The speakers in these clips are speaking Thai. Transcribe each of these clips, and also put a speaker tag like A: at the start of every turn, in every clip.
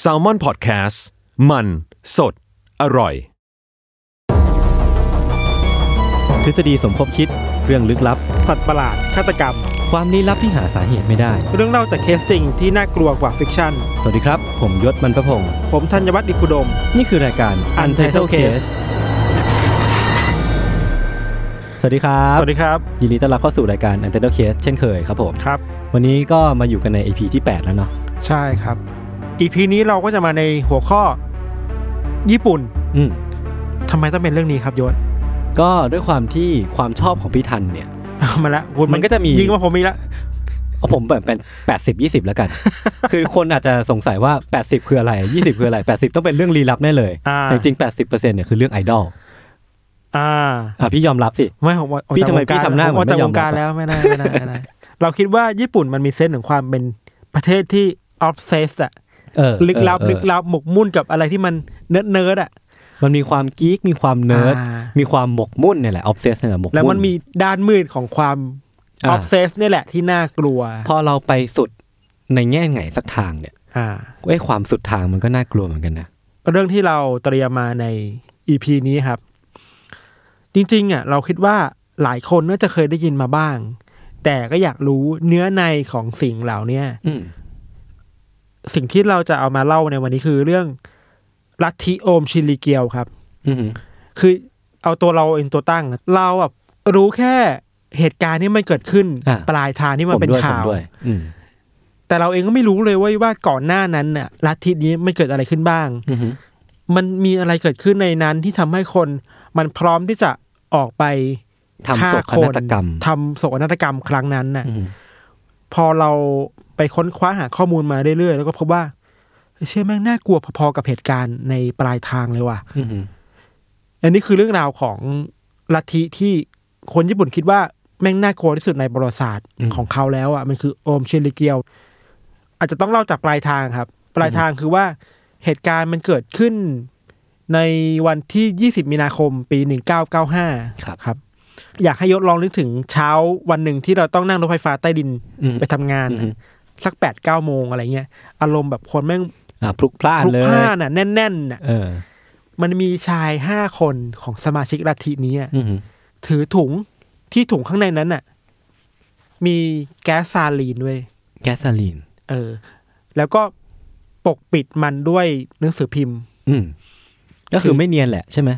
A: แซลมอนพอดแคสต์มันสดอร่อย
B: ทฤษฎีสมคบคิดเรื่องลึกลับ
C: สัตว์ประหลาดฆาตกรรม
B: ความลี้ลับที่หาสาเหตุไม่ได้
C: เรื่องเล่าจากเคสจริงที่น่ากลัวกว่าฟิกชั่น
B: สวัสดีครับ ผมยศมันประพงศ์
C: ผมธัญวัฒน์อิพุดม
B: นี่คือรายการ Untitled Case สวัสดีครับ
C: สวัสดีครับ
B: ยินดีต้อนรับเข้าสู่รายการ Untitled Case เช่นเคยครับผม
C: ครับ
B: วันนี้ก็มาอยู่กันใน EP ที่ 8 แล้วเนาะ
C: ใช่ครับ อีพีนี้เราก็จะมาในหัวข้อ ญี่ปุ่น
B: อืม
C: ทำไมต้องเป็นเรื่องนี้ครับยศ
B: ก็ด้วยความที่ความชอบของพี่ทันเนี่ย
C: เอา มาละคุณ
B: มันก็จะมี
C: ยิงมาผมอีกละ
B: เอาผมแบบเป็น80 20 แล้วกัน คือคนอาจจะสงสัยว่า 80 คืออะไร 20 คืออะไร 80 ต้องเป็นเรื่องลี้ลับแน่เลย
C: อ่า
B: แต่จริงๆ80%เนี่ยคือเรื่องไอดอล
C: อ่า
B: อ่ะพี่ยอมรับสิ
C: ไม่ผมว่าออก
B: พี่
C: จาก
B: ทำไม
C: วงกร
B: พี่ทำหน้า
C: ผออกจาก
B: เหมื
C: ว
B: อนไม่ยอม
C: ง
B: รับ
C: การแล้วไม่ได้ไม่ได้ไม่ได้ เราคิดว่าญี่ปุ่นมันมีเซนส์ของความเป็นประเทศที่ออฟเซสอะ
B: เออ
C: ลึกลับ
B: เออเออ
C: ลึกลับหมกมุ่นกับอะไรที่มันเนิร์ดเนิร์ดๆอะ
B: มันมีความกิ๊กมีความเนิร์ด
C: อ่า
B: มีความหมกมุ่นเนี่ยแหละออฟเซสเนี่ยแหละหมกมุ่น
C: แล้วมันมีด้านมืดของความอ
B: อ่า
C: อฟเซสเนี่ยแหละที่น่ากลัว
B: พอเราไปสุดในแง่ไหนสักทางเนี่ย
C: อ่า
B: ไอ้ยความสุดทางมันก็น่ากลัวเหมือนกันนะ
C: เรื่องที่เราเตรียมมาในอีพีนี้ครับ จริงๆอ่ะเราคิดว่าหลายคนน่าจะเคยได้ยินมาบ้าง แต่ก็อยากรู้เนื้อในของสิ่งเหล่าเนี้ย
B: อืม
C: สิ่งที่เราจะเอามาเล่าในวันนี้คือเรื่องลัทธิโอมชินริเกียวครับ
B: อืม
C: คือเอาตัวเราเองตัวตั้ง เราอ่ะรู้แค่เหตุการณ์ที่มันเกิดขึ้น ปลายทางที่มัน
B: ผม
C: เป็น
B: ด้วยผ
C: ข่าม ว
B: ด้วย อืม
C: แต่เราเองก็ไม่รู้เลยเว่าว่าก่อนหน้านั้นน่ะลัทธินี้มันเกิดอะไรขึ้นบ้าง
B: อือหือ
C: มันมีอะไรเกิดขึ้นในนั้นที่ทำให้คน มันพร้อมที่จะออกไป
B: ทำโศกนาฏกรรม
C: ทำโศกนาฏกรรมครั้งนั้นน่ะ
B: อืม
C: พอเราไปค้นคว้าหาข้อมูลมาเรื่อยๆ แล้วก็พบว่าเชื่อแม่งน่ากลัวพอๆกับเหตุการณ์ในปลายทางเลยว่ะ
B: อือหือ
C: อันนี้คือเรื่องราวของลัทธิที่คนญี่ปุ่นคิดว่าแม่งน่ากลัวที่สุดในประวัติศาสตร์ของเขาแล้วอ่ะมันคือโอมเชนริเกียว อาจจะต้องเล่าจากปลายทางครับ ปลายทางคือว่าเหตุการณ์มันเกิดขึ้นในวันที่ 20 มีนาคมปี 1995
B: ครับ
C: ครับ อยากให้ยศลองนึกถึงเช้าวันหนึ่งที่เราต้องนั่งรถไฟฟ้าใต้ดิน
B: อืม
C: ไปทำงาน
B: อืม
C: น่ะสัก8ปดเก้าโมงอะไรเงี้ยอารมณ์แบบคนแม่ง
B: อ่าพลุกพล่าน
C: พลุก
B: เลย
C: พล่านอ่ะแน่นๆน่ะ
B: เออ
C: มันมีชายห้าคนของสมาชิกลัทธินี้อะ
B: อือหือ
C: ถือถุงที่ถุงข้างในนั้นน่ะ มีแก๊สซาลีนด้วย
B: แกสซาลีน
C: เออ แล้วก็ปกปิดมันด้วยหนังสือพิมพ์
B: อืมก็
C: คื
B: คือ
C: อ
B: ไม่เนียนแหละใช่ไหม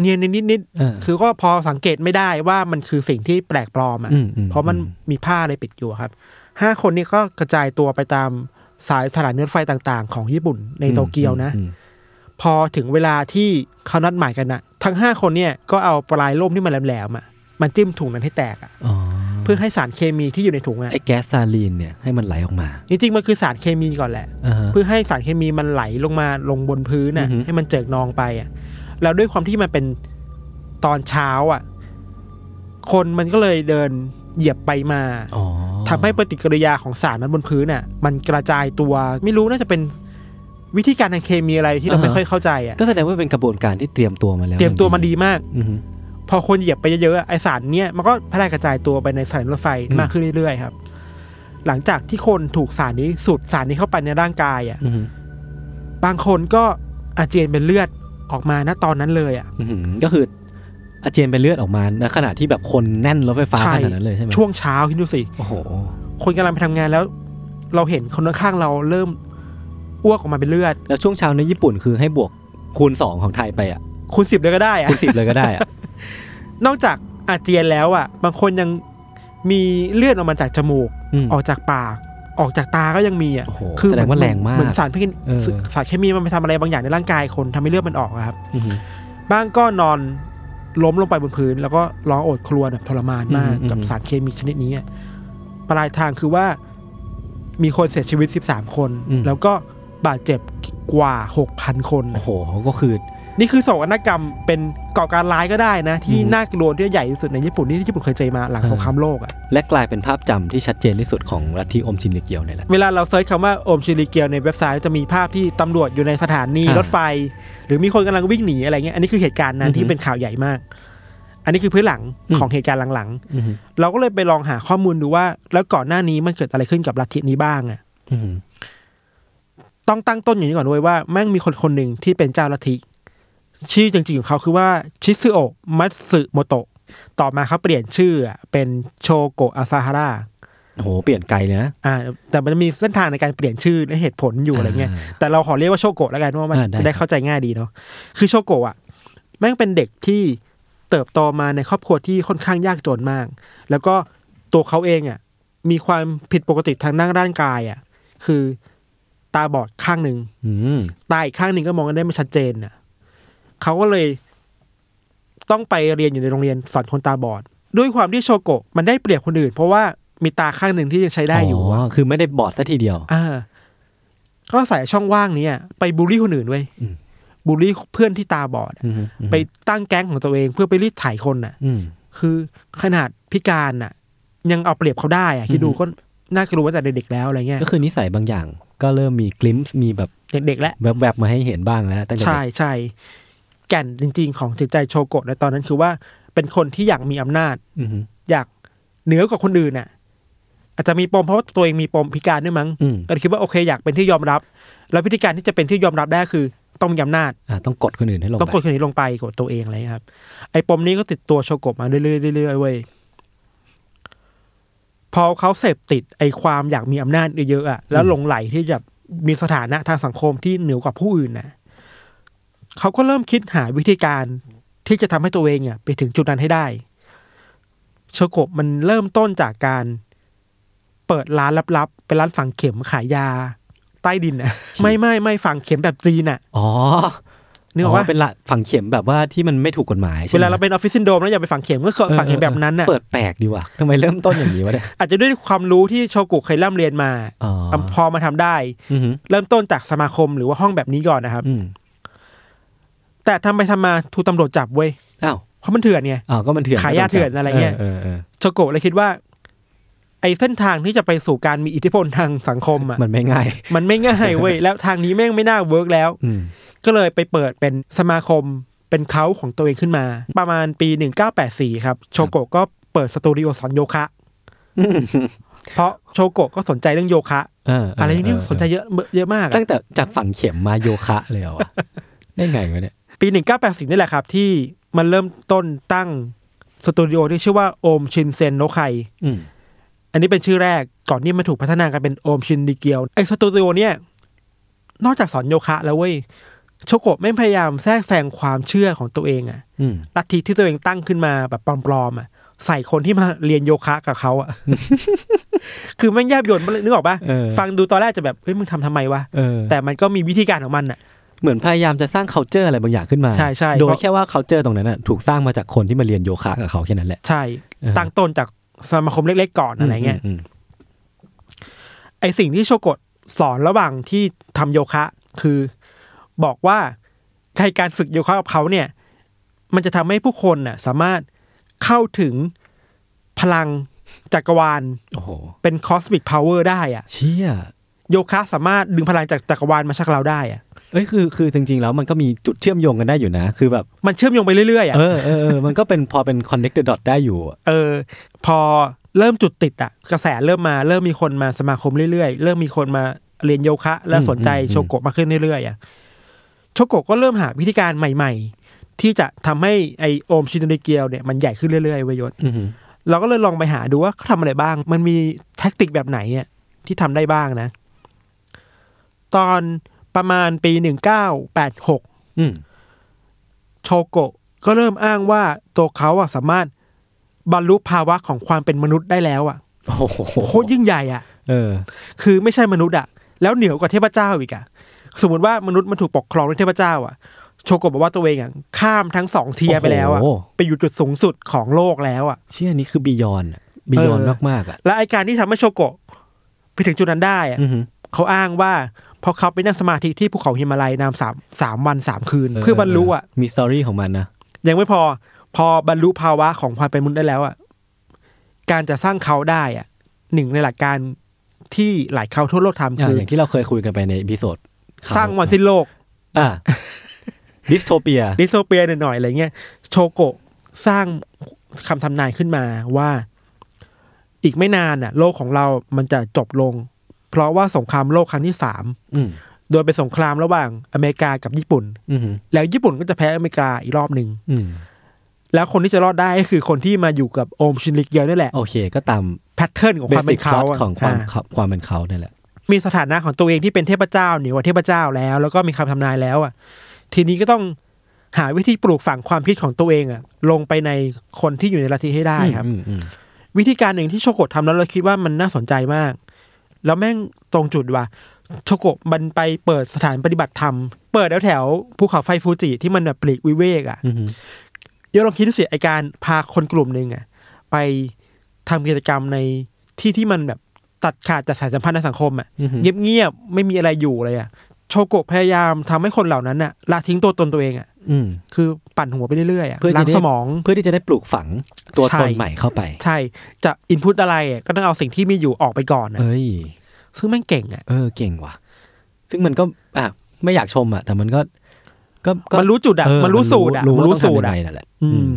C: เนียนนิดนิด
B: เออ
C: ๆคือก็พอสังเกตไม่ได้ว่ามันคือสิ่งที่แปลกปลอม
B: อื
C: อะ่ะ
B: มอืม
C: เพราะมันมีผ้าอะไรปิดอยู่ครับห้าคนนี้ก็กระจายตัวไปตามสายสถานีรถไฟต่างๆ ของญี่ปุ่นในโตเกียวนะ
B: อืม
C: พอถึงเวลาที่เขานัดหมายกันนะทั้งห้าคนเนี่ยก็เอาปลายล่มที่มันแหลมๆอ่ะมันจิ้มถุงนั้นให้แตกอ่ะ
B: อ๋อ
C: เพื่อให้สารเคมีที่อยู่ในถุงอ่ะ
B: ไอ้แก๊สซาลีนเนี่ยให้มันไหลออกมา
C: จริงๆมันคือสารเคมีก่อนแหละ
B: อ่าฮะ
C: เพื่อให้สารเคมีมันไหลลงมาลงบนพื้นน่ะ
B: อือหือ
C: ให้มันเจิกนองไปอ่ะแล้วด้วยความที่มันเป็นตอนเช้าอ่ะ คนมันก็เลยเดินเหยียบไปมา
B: อ๋อ
C: ทำให้ปฏิกิริยาของสารนั้นบนพื้นน่ะ มันกระจายตัวไม่รู้น่าจะเป็นวิธีการทางเคมีอะไรที่เราไม่ค่อยเข้าใจอ่ะ
B: ก็แสดงว่าเป็นกระบวนการที่เตรียมตัวมาแล้ว
C: เตรียมตัวมันดีมาก
B: อือหือ
C: พอคนเหยียบไปเยอะๆอะไอสารเนี่ยมันก็แพร่กระจายตัวไปในสายรถไฟ
B: อืม
C: มากขึ้นเรื่อยๆครับ หลังจากที่คนถูกสารนี้สูดสารนี้เข้าไปในร่างกายอ่ะ
B: อือหือ
C: บางคนก็อาเจียนเป็นเลือดออกมาณตอนนั้นเลยอ่ะ
B: อื้อหือก็คืออาเจียนเป็นเลือดออกมาในขณะที่แบบคนแน่นรถไฟฟ้า
C: ใช่
B: ขนาดนั้นเลยใช่ไหม
C: ช่วงเช้าคิดดูสิ
B: โอ้โห
C: คนกำลังไปทำงานแล้ว เราเห็นคนข้างๆเราเริ่มอ้วกออกมาเป็นเลือด
B: แล้วช่วงเช้าในญี่ปุ่นคือให้บวกคูณ 2 ของไทยไปอ่ะ
C: คูณสิบเลยก็ได้อ่ะ
B: คูณ 10 เลยก็ได้อ่ะ
C: นอกจากอาเจียนแล้วอ่ะ บางคนยังมีเลือดออกมาจากจมูก
B: อืม
C: ออกจากปาก ออกจากตาก็ยังมีอ่ะ
B: โอ้โห
C: คือ
B: แสดงว่าแรงมาก
C: เหมือนสารพิษ
B: เออ
C: สารเคมีมันไปทำอะไรบางอย่างในร่างกายคนทำให้เลือดมันออกอะครับ
B: อื้อหือ
C: บ้างก็นอนล้มลงไปบนพื้น แล้วก็ร้องโอดครวญแบบทรมานมาก
B: อืมอืม
C: กับสารเคมีชนิดนี้อะปลายทางคือว่ามีคนเสียชีวิต 13 คน แล้วก็บาดเจ็บกว่า 6,000 คน
B: โอ้โหก็คือ
C: นี่คือโศกนาฏกรรมเป็นก่อการร้ายก็ได้นะ ที่
B: อืม
C: น่ากลัวที่ใหญ่ที่สุดในญี่ปุ่นที่ญี่ปุ่นเคยเจอมาหลัง
B: อ่า
C: สงครามโลกอะ
B: และกลายเป็นภาพจำที่ชัดเจนที่สุดของลัทธิอมชินริเกียวเนี่ยแหละ
C: เวลาเราเซิร์ชคำว่าโอมชิริเกียวในเว็บไซต์จะมีภาพที่ตำรวจอยู่ในสถานี
B: อ่าร
C: ถไฟ หรือมีคนกำลังวิ่งหนีอะไรเงี้ยอันนี้คือเหตุการณ์นั้น
B: อือ
C: ที่
B: ฮึ
C: เป็นข่าวใหญ่มาก อันนี้คือพื้นหลัง
B: อืม
C: ของเหตุการณ์หลังๆ
B: อื้อหือ
C: เราก็เลยไปลองหาข้อมูลดูว่า แล้วก่อนหน้านี้มันเกิดอะไรขึ้นกับลัทธินี้บ้างอะ
B: อื้อหือ
C: ต้องตั้งต้นอย่างนี้ก่อนด้วยว่าแม่งมีคนคนหนึ่งที่เป็นเจ้าลัทธิชื่อจริงๆของเขาคือว่าชิซึโอะมัตสึโมโตะต่อมาเขาเปลี่ยนชื่ออะเป็นโชโกะอาซาฮาระ
B: โอ้โหเปลี่ยนไกลเลยนะ
C: อ่าแต่มันมีเส้นทางในการเปลี่ยนชื่อและเหตุผลอยู่อะไรเงี้ย แต่เราขอเรียกว่าโชโกะแล้วกันเพราะว่ามัน
B: อ่าได้
C: จะได้เข้าใจง่ายดีเนาะคือโชโกะอ่ะแม่งเป็นเด็กที่เติบโตมาในครอบครัวที่ค่อนข้างยากจนมาก แล้วก็ตัวเขาเองอ่ะมีความผิดปกติทางด้านร่างกายอ่ะคือตาบอดข้างหนึ่ง
B: อืม
C: ตาอีกข้างหนึ่งก็มองกันได้ไม่ชัดเจนน่ะเขาก็เลยต้องไปเรียนอยู่ในโรงเรียนสอนคนตาบอด ด้วยความที่โชโกะมันได้เปรียบคนอื่น เพราะว่ามีตาข้างหนึ่งที่ยังใช้ได้อยู่อะ
B: คือไม่ได้บอดซะทีเดียว
C: ่าก็ใส่ช่องว่างเนี้ยไปบูลลี่คนอื่นเว้ย
B: อืม
C: บูลลี่เพื่อนที่ตาบอดอะ
B: อืม
C: ไปตั้งแก๊งของตัวเองเพื่อไปรีดไถ่ายคนน่ะ
B: อืม
C: คือขนาดพิการน่ะ ยังเอาเปรียบเขาได้อะคิดดู
B: อืม
C: ก็น่ากลัวตั้งแต่เด็กๆแล้วอะไรเงี้ย
B: ก็คือนิสัยบางอย่าง ก็เริ่มมีกลิมส์มีแบบ
C: เด็กๆแล้ว
B: แวบๆมาให้เห็นบ้างแล้วตั้งแต่
C: ใช่
B: เด็ก
C: ใช่แก่นจริง ๆ ของจิตใจโชโกะในตอนนั้นคือว่าเป็นคนที่อยากมีอำนาจ
B: อืม
C: อยากเหนือกว่าคนอื่นน่ะ อาจจะมีปมเพราะว่าตัวเองมีปมพิการด้วยมั้ง
B: อืม
C: ก็เลยคิดว่าโอเคอยากเป็นที่ยอมรับ แล้วพิธีการที่จะเป็นที่ยอมรับได้คือต้องมีอำนาจ
B: อ่าต้องกดคนอื่นให้ลง
C: ต้องกดคนนี้ลงไปกดตัวเองอะไรอย่างเงี้ยครับ ไอ้ปมนี้ก็ติดตัวโชโกะมาเรื่อยๆเรื่อยๆเว้ยพอเขาเสพติดไอ้ความอยากมีอำนาจเยอะๆอะแล้วหลงไหลที่จะมีสถานะทางสังคมที่เหนือกว่าผู้อื่นนะเขาก็เริ่มคิดหาวิธีการที่จะทำให้ตัวเองอะไปถึงจุดนั้นให้ได้โชโกะมันเริ่มต้นจากการเปิดร้านลับๆเป็นร้านฝังเข็มขายยา ใต้ดินนะไม่ไม่ไม่ฝังเข็มแบบจีนน่ะ
B: อ๋อ
C: นึกออกว่า
B: เป็นละฝังเข็มแบบว่าที่มันไม่ถูกกฎหมายใช่ไหม
C: เวลาเราเป็นออฟฟิศซินโดรมแล้วอย่าไปฝังเข็มก็คือฝังเข็มแบบนั้นน่ะ
B: เปิดแปลกดีว่ะทำไมเริ่มต้นอย่างนี้วะเนี่ย
C: อาจจะด้วยความรู้ที่โชกุเคยร่ำเรียนมา
B: อ๋อ
C: พอมาทำได้
B: อืม
C: เริ่มต้นจากสมาคมหรือว่าห้องแบบนี้ก่อนนะครับ
B: อืม
C: แต่ทำไปทำมาถูกตำรวจจับเว้ย
B: อ้าว
C: เพราะมันเถื่อนไง
B: อ้าวก็มันเถื่อน
C: ขายยาเถื่อนอะไรเงี้ย
B: เออเออ
C: โชกุเลยคิดว่า ไอ้เส้นทางที่จะไปสู่การมีอิทธิพลทางสังคม
B: เออ
C: อ่ะ
B: มันไม่ง่าย
C: มันไม่ง่ายเว้ยแล้วทางนี้แม่งไม่น่าเวิร์กแล้ว
B: อืม
C: ก็เลยไปเปิดเป็นสมาคมเป็นเขาของตัวเองขึ้นมา ประมาณปี 1984 ครับ โชโกะก็เปิดสตูดิโอสอนโยคะ เพราะโชโกะก็สนใจเรื่องโยคะ
B: เออ
C: อะ
B: อะไร
C: นี่สนใจเยอะเยอะมากอะ
B: ตั้งแต่จากฝังเข็มมาโยคะเลยเหรอวะได้ไงวะเนี่ย
C: ปี 1984 นี่แหละครับ ที่มันเริ่มต้นตั้งสตูดิโอที่ชื่อว่าโอมชินเซนโนไค
B: อืม
C: อันนี้เป็นชื่อแรกก่อนที่มันถูกพัฒนากันเป็นโอมชินดีเกียวไอสตูดิโอเนี่ย นอกจากสอนโยคะแล้วเว้ยโชโกะไม่งพยายามแทรกแซงความเชื่อของตัวเองอะ
B: อืม
C: ลัทธิที่ตัวเองตั้งขึ้นมาแบบปลอมๆอ่ะใส่คนที่มาเรียนโยคะกับเขาอ่ะ คือแม่งแยบยนนึกออกปะ
B: เออ
C: ฟังดูตอนแรกจะแบบเฮ้ยมึงทำทำไมวะ
B: เออ
C: แต่มันก็มีวิธีการของมันอ่ะ
B: เหมือนพยายามจะสร้าง c u เจอร์อะไรบางอย่างขึ้นมา
C: ใช่ใช่
B: โดย
C: เพราะ
B: แค่ว่า c u เจอร์ตรงนั้นน่ะถูกสร้างมาจากคนที่มาเรียนโยคะกับเขาแค่นั้นแหละ
C: ใช่
B: เออ
C: ตั้งต้นจากสมาคมเล็กๆก่อนอะไรเงี้ย
B: อืม
C: ไอสิ่งที่โชโกะสอนระหว่างที่ทำโยคะ คือบอกว่าใช้การฝึกโยคะกับเขาเนี่ย มันจะทำให้ผู้คนน่ะ สามารถเข้าถึงพลังจักรวาล
B: โอ้โห
C: เป็นคอสมิกพาวเวอร์ได้อ่ะ
B: เชี่ย
C: โยคะสามารถดึงพลังจากจักรวาลมาชักเราได้อะ
B: เอ้ยคือคือจริงๆแล้วมันก็มีจุดเชื่อมโยงกันได้อยู่นะ คือแบบ
C: มันเชื่อมโยงไปเรื่อยๆอะ
B: เออเออเออมันก็เป็นพอเป็น connect the dot ได้อยู่อะ
C: เออ พอเริ่มจุดติดอะกระแสเริ่มมาเริ่มมีคนมาสมาคมเรื่อยๆ เริ่มมีคนมาเรียนโยคะ และสนใจโชโกะมากขึ้นเรื่อยๆอะโชโกะก็เริ่มหาวิธีการใหม่ ๆ ที่จะทำให้ไอโอมชินเดเกียวเนี่ยมันใหญ่ขึ้นเรื่อยๆเวยยศ
B: อือหือ
C: เราก็เลยลองไปหาดูว่าเขาทำอะไรบ้าง มันมีแท็กติกแบบไหนอะที่ทำได้บ้างนะ ตอนประมาณปีหนึ่งเก้าแปดหก
B: อืม
C: โชโกะก็เริ่มอ้างว่าตัวเขาอะสามารถบรรลุภาวะของความเป็นมนุษย์ได้แล้วอะ
B: โอ้โห
C: โคตรยิ่งใหญ่อะ
B: เออ
C: คือไม่ใช่มนุษย์อะแล้วเหนือกว่าเทพเจ้าอีกอะสมมติว่ามนุษย์มันถูกปกครองด้วยเทพเจ้าอะโชโกะบอกว่าตัวเองอะข้ามทั้งสองเทียร์ไปแล้วอะ
B: โอ้โห
C: ไปอยู่จุดสูงสุดของโลกแล้วอะ
B: เชี่ยนี่คือบียอนบียอน
C: เออ
B: มากๆอ่ะ
C: และไอการที่ทำให้โชโกะไปถึงจุดนั้นได้อะ
B: อือหือ
C: เขาอ้างว่าเพราะเขาไปนั่งสมาธิที่ภูเขาฮิมาลัยนามสามสามวันสามคืน
B: เออ
C: เพื่อบรรลุอะ
B: มีสตอรี่ของมันนะ
C: ยังไม่พอพอบรรลุภาวะของความเป็นมนุษย์ได้แล้วอ่ะการจะสร้างเขาได้อ่ะหนึ่งในหลักการที่หลายเขาทั่วโลกทำ
B: อ่ะ
C: คือ
B: อย่างที่เราเคยคุยกันไปในอีพิโซด
C: สร้างวันสิ้นโลก
B: อ่ะ ดิสโทเปีย
C: ดิสโซเปียหน่อยๆอะไรเงี้ยโชโกะสร้างคำทำนายขึ้นมาว่า อีกไม่นานน่ะ โลกของเรามันจะจบลง เพราะว่าสงครามโลกครั้งที่สาม
B: อืม
C: โดยเป็นสงครามระหว่างอเมริกากับญี่ปุ่น
B: อืม
C: แล้วญี่ปุ่นก็จะแพ้อเมริกาอีกรอบหนึ่ง
B: อืม
C: แล้วคนที่จะรอดได้ก็คือคนที่มาอยู่กับโอมชินลิกเกียวนี่แหละ
B: โอเคก็ตาม
C: แพทเทิร์นของ
B: เบ
C: ความ
B: สิ
C: เป็
B: ก
C: น
B: พล็
C: เขา
B: อต
C: อะ
B: ของความ
C: อ่า
B: เขาความเป็นเขาเนี่ยแหละ
C: มีสถานะของตัวเองที่เป็นเทพเจ้าเหนือกว่าเทพเจ้าแล้ว แล้วก็มีคำทำนายแล้วอ่ะทีนี้ก็ต้องหาวิธีปลูกฝังความคิดของตัวเองอ่ะลงไปในคนที่อยู่ในลัทธิให้ได้ครับ
B: อืมอืม
C: วิธีการหนึ่งที่โชโกะทำแล้วเราคิดว่ามันน่าสนใจมาก แล้วแม่งตรงจุดว่ะโชโกะมันไปเปิดสถานปฏิบัติธรรม เปิดแถวๆภูเขาไฟฟูจิที่มันแบบปลีกวิเวกอ่ะ
B: อืมอืม
C: เดี๋ยวลองคิดดูสิไอการพาคนกลุ่มหนึ่งอ่ะไปทำกิจกรรมในที่ที่มันแบบตัดขาดจากสายสัมพันธ์ในสังคมอ่ะ
B: อืม
C: เงียบๆไม่มีอะไรอยู่เลยอ่ะโชโกะพยายามทำให้คนเหล่านั้นอ่ะละทิ้งตัวตนตัวเองอ่ะ
B: อืม
C: คือปั่นหัวไปเรื่อยๆอ่ะ
B: เพื่อจะ
C: ล้าง
B: ได้
C: สมอง
B: เพื่อที่จะได้ปลูกฝังตัว
C: ใช่
B: ตนใหม่เข้าไป
C: ใช่จะอินพุตอะไรอะก็ต้องเอาสิ่งที่มีอยู่ออกไปก่อนอะ
B: เอ้ย
C: ซึ่งแม่งเก่งอ่ะ
B: เออเก่งว่ะ ซึ่งมันก็อ่ะไม่อยากชมอ่ะ แต่มันก็ก็ก็
C: มันรู้จุดอ่ะ
B: เ
C: มันรู้สูตรอ่ะ
B: รู้
C: มัน
B: รู้
C: รู้
B: สู
C: สู
B: ต
C: ต
B: รอะ
C: รอ่ะ
B: ไรนั่นแหละ
C: อืม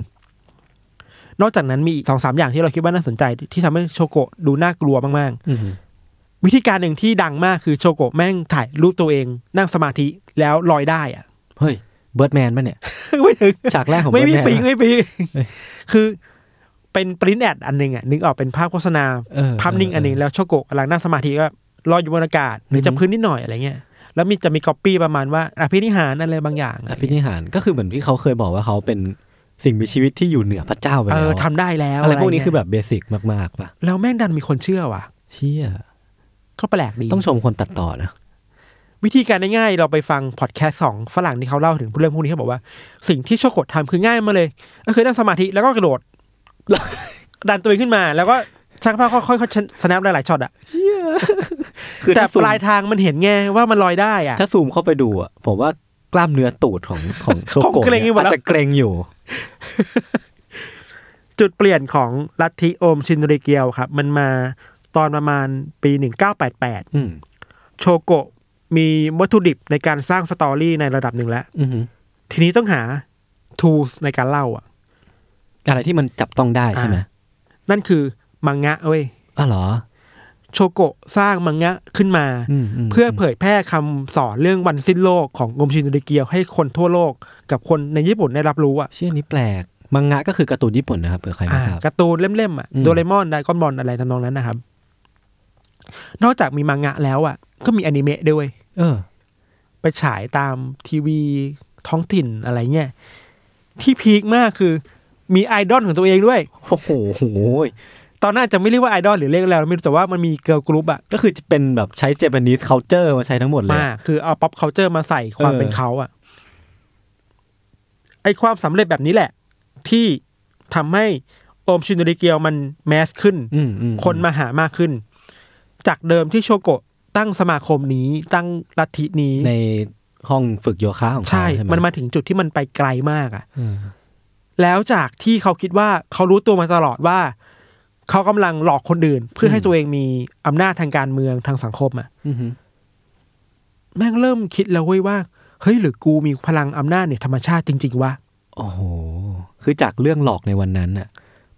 C: นอกจากนั้นมีอีกสองสามอย่างที่เราคิดว่าน่าสนใจที่ทำให้โชโกะดูน่ากลัวมาก
B: อืม
C: ๆ วิธีการหนึ่งที่ดังมากคือโชโกะแม่งถ่ายรูปตัวเอง นั่งสมาธิแล้วลอยได้อ่ะ
B: เฮ้ยเบิร์ดแมนป่ะเนี่ย
C: ไม่ถึง
B: ฉากแรกของ
C: ไม่มี
B: Birdman
C: ปิง
B: อะ
C: ไม่ปิงคือเป็นปริ้นแอดอันหนึ่งอ่ะนึกออกเป็นภาพโฆษณา
B: เออ
C: ภาพนิ่งอันหนึ่ง
B: เ
C: แล้วโชโกะกำลังนั่งสมาธิก็ลอยอยู่บนอากาศหรือจะพื้นนิดหน่อยอะไรเงี้ยแล้วมีจะมีก๊อปปี้ประมาณว่าอภินิหารอะไรบางอย่าง
B: อออภินิหารก็คือเหมือนที่เขาเคยบอกว่าเขาเป็นสิ่งมีชีวิตที่อยู่เหนือพระเจ้าไป
C: เอ
B: แล้ว
C: อ
B: อะ
C: ทำได้แล้ว
B: อะไรพวกนี้
C: เงี้ย
B: คือแบบเบสิกมากๆป่ะ
C: แล้วแม่งดันมีคนเชื่อว่ะ
B: เชี่ย
C: ก็แปลกดี
B: ต้องชมคนตัดต่อนะ
C: วิธีการง่ายๆ เราไปฟังพอดแคสต์สองฝรั่งที่เขาเล่าถึงเรื่องพวกนี้เขาบอกว่า สิ่งที่โชโกะทำคือง่ายมากเลย ก็คือนั่งสมาธิแล้วก็กระโด ด ดันตัวเองขึ้นมา แล้วก็ชักผ้าค่อยๆสแนปหลายๆช็อตอะ
B: คือ
C: แต่
B: ถ้าซู
C: ป
B: ม
C: ลายทางมันเห็นไงว่ามันลอยได้อะ
B: ถ้าซูมเข้าไปดูอ่ะผมว่ากล้ามเนื้อตูด ของของโช
C: ของ
B: โกะ
C: เกร็งอยู่
B: เนี่ยอา
C: หมดแล้ว
B: จจะเกรงอยู่
C: จุดเปลี่ยนของลัทธิโอมชินริเกียวครับ มันมาตอนประมาณปี 1988
B: อืม
C: โชโกะมีวัตถุดิบในการสร้างสตอรี่ในระดับหนึ่งแล้ว
B: อือหือ
C: ทีนี้ต้องหา tools ในการเล่าอะ
B: อะไรที่มันจับต้องได้ใช่ไหม
C: นั่นคือมังงะเว้ย
B: อ๋อเหรอ
C: โชโกะสร้างมังงะขึ้นมา
B: อืมม
C: เพื่อเผยแพร่คำสอนเรื่องวันสิ้นโลกของโอมชินโดริเกียวให้คนทั่วโลกกับคนในญี่ปุ่นได้รับรู้อ่ะ
B: เชื่อนี้แปลก มังงะก็คือการ์ตูนญี่ปุ่นนะครับเผื่อใครไม่
C: อ่า
B: ทราบ
C: การ์ตูนเล่มๆอ่ะ
B: อืม
C: โดเรมอนไดก้อนบอลอะไรทำนองนั้นนะครับ นอกจากมีมังงะแล้วอ่ะ ก็มีอนิเมะด้วย
B: เออ
C: ไปฉายตามทีวีท้องถิ่นอะไรเงี้ยที่พีคมากคือ มีไอดอลของตัวเองด้วย
B: โอ้โหโหย
C: ตอนนั้นอาจจะไม่เรียกว่าไอดอลหรือเรียกอะไรไม่รู้แต่ว่ามันมีเกิร์ลกรุ๊ปอ่ะ
B: ก็คือจะเป็นแบบใช้เจแปนิสเคาเจอร์มาใช้ทั้งหมดเลย
C: มากคือเอา pop culture มาใส่ความ
B: เออ
C: เป็นเขาอะไอความสำเร็จแบบนี้แหละ ที่ทำให้โอมชินโดริเกียวมันแมสขึ้น
B: อืมอืม
C: คนมาหามากขึ้น จากเดิมที่โชโกะตั้งสมาคมนี้ตั้งลัทธินี้
B: ในห้องฝึกโยคะของเขา
C: ใช่
B: ใช่ไหม
C: มันมาถึงจุดที่มันไปไกลมากอะ
B: เออ
C: แล้วจากที่เขาคิดว่าเขารู้ตัวมาตลอดว่า เขากำลังหลอกคนอื่น เพื่อให้ตัวเองมีอำนาจทางการเมืองทางสังคมอะ
B: อือหือ
C: แม่งเริ่มคิดแล้วเว้ยว่า เฮ้ยหรือกูมีพลังอำนาจเหนี่ยธรรมชาติจริง ๆวะ
B: โอ้โห คือจากเรื่องหลอกในวันนั้นน่ะ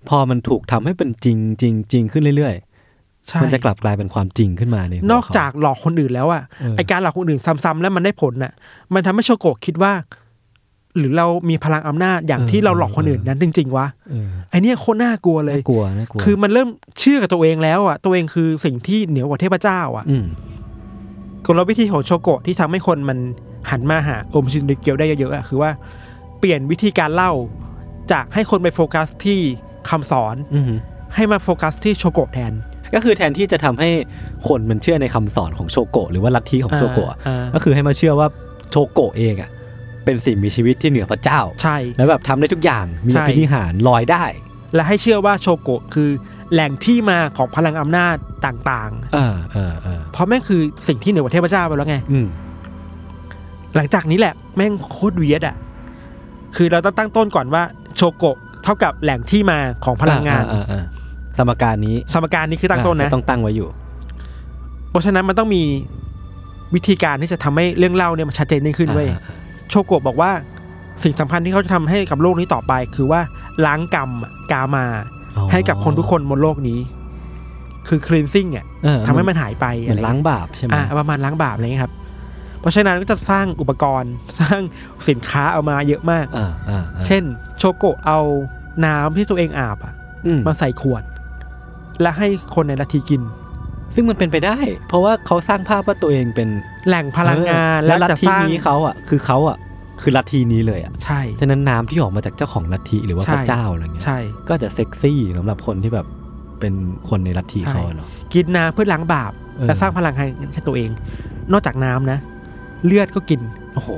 B: พอมันถูกทำให้เป็นจริงจริงจริงขึ้นเรื่อยๆ มันจะกลับกลายเป็นความจริงขึ้นมาเนี่ย
C: นอกจากหลอกคนอื่นแล้วอะ
B: เออ
C: ไอการหลอกคนอื่นซ้ำๆแล้วมันได้ผลน่ะ มันทำให้โชโกะคิดว่า หรือเรามีพลังอำนาจอย่างที่เราหลอกคนอื่นนั้นจริง ๆวะ
B: เออ
C: ไอเนี่ยโคตรน่ากลัวเลย
B: น่ากลัวน่ากลัว
C: คือมันเริ่มเชื่อกับตัวเองแล้วอะตัวเองคือสิ่งที่เหนือกว่าเทพเจ้าอะ
B: อืม
C: กลวิธีของโชโกะที่ทำให้คนมันหันมาหาโอมชินริเกียวได้เยอะๆอะคือว่าเปลี่ยนวิธีการเล่า จากให้คนไปโฟกัสที่คำสอน
B: อือหือ
C: ให้มาโฟกัสที่โชโกะแทน
B: ก็คือแทนที่จะทำให้คนมันเชื่อในคำสอนของโชโกะหรือว่าลัทธิของโชโกะอะ
C: อ่าอ่า
B: ก็คือให้มาเชื่อว่าโชโกะเองอ่ะเป็นสิ่งมีชีวิตที่เหนือพระเจ้า
C: ใช่
B: แล้วแบบทำได้ทุกอย่างมี
C: ใช่
B: อภินิหารลอยได้
C: และให้เชื่อว่าโชโกะคือแหล่งที่มาของพลังอำนาจต่าง
B: เออเออเออ
C: ๆ เพราะแม่งคือสิ่งที่เหนือกว่าเทพเจ้าไปแล้วไง
B: อืม
C: หลังจากนี้แหละแม่งโคตรเวียดอ่ะ คือเราต้องตั้งต้นก่อนว่าโชโกะเท่ากับแหล่งที่มาของพลังงาน
B: เออเออเออสมการนี้
C: สมการนี้คือตั้งต้น
B: อ่า
C: นะ
B: จต้องตั้งไว้อยู่
C: เพราะฉะนั้นมันต้องมีวิธีการที่จะทำให้เรื่องเล่าเนี่ยมันชัดเจนยิ่งขึ้นเว้ย
B: อ่าอ่า
C: โชโกะบอกว่าสิ่งสำคัญที่เขาจะทำให้กับโลกนี้ต่อไป คือว่าล้างกรรมอะกามา
B: อ๋อ
C: ให้กับคนทุกคนบนโลกนี้ คือ cleansing อ่ะ
B: เออ
C: ทำให้มันหายไป
B: เหมื
C: อะ
B: อ
C: ไร
B: นล้างบาปใช่ไหม
C: อ่ะประมาณล้างบาปอะไรเงี้ยครับ เพราะฉะนั้นก็จะสร้างอุปกรณ์ สร้างสินค้าเอามาเยอะมาก
B: อ่าอ่าอ่า
C: เช่น โชโกะเอาน้ำที่ตัวเองอาบอะ
B: อืม
C: มาใส่ขวด และให้คนในลัทธิกิน
B: ซึ่งมันเป็นไปได้ เพราะว่าเขาสร้างภาพว่าตัวเองเป็น
C: แหล่งพลังงาน
B: เออ
C: และ
B: แล้วลัท
C: จะ
B: ธิ
C: สร้าง
B: นี้เขาอ่ะ คือเขาอ่ะ คือลัทธินี้เลยอ่ะ
C: ใช่
B: ฉะนั้นน้ำที่ออกมาจากเจ้าของลัทธิหรือว่า
C: ใช่
B: พระเจ้าอะไรเงี้ย
C: ใช่
B: ก็จะเซ็กซี่สำหรับคนที่แบบเป็นคนในลัทธิเขาอะเนาะ
C: กินน้ำเพื่อล้างบาป
B: เออ
C: และสร้างพลังให้แค่ตัวเอง นอกจากน้ำนะ เลือดก็กิน
B: โอ้โห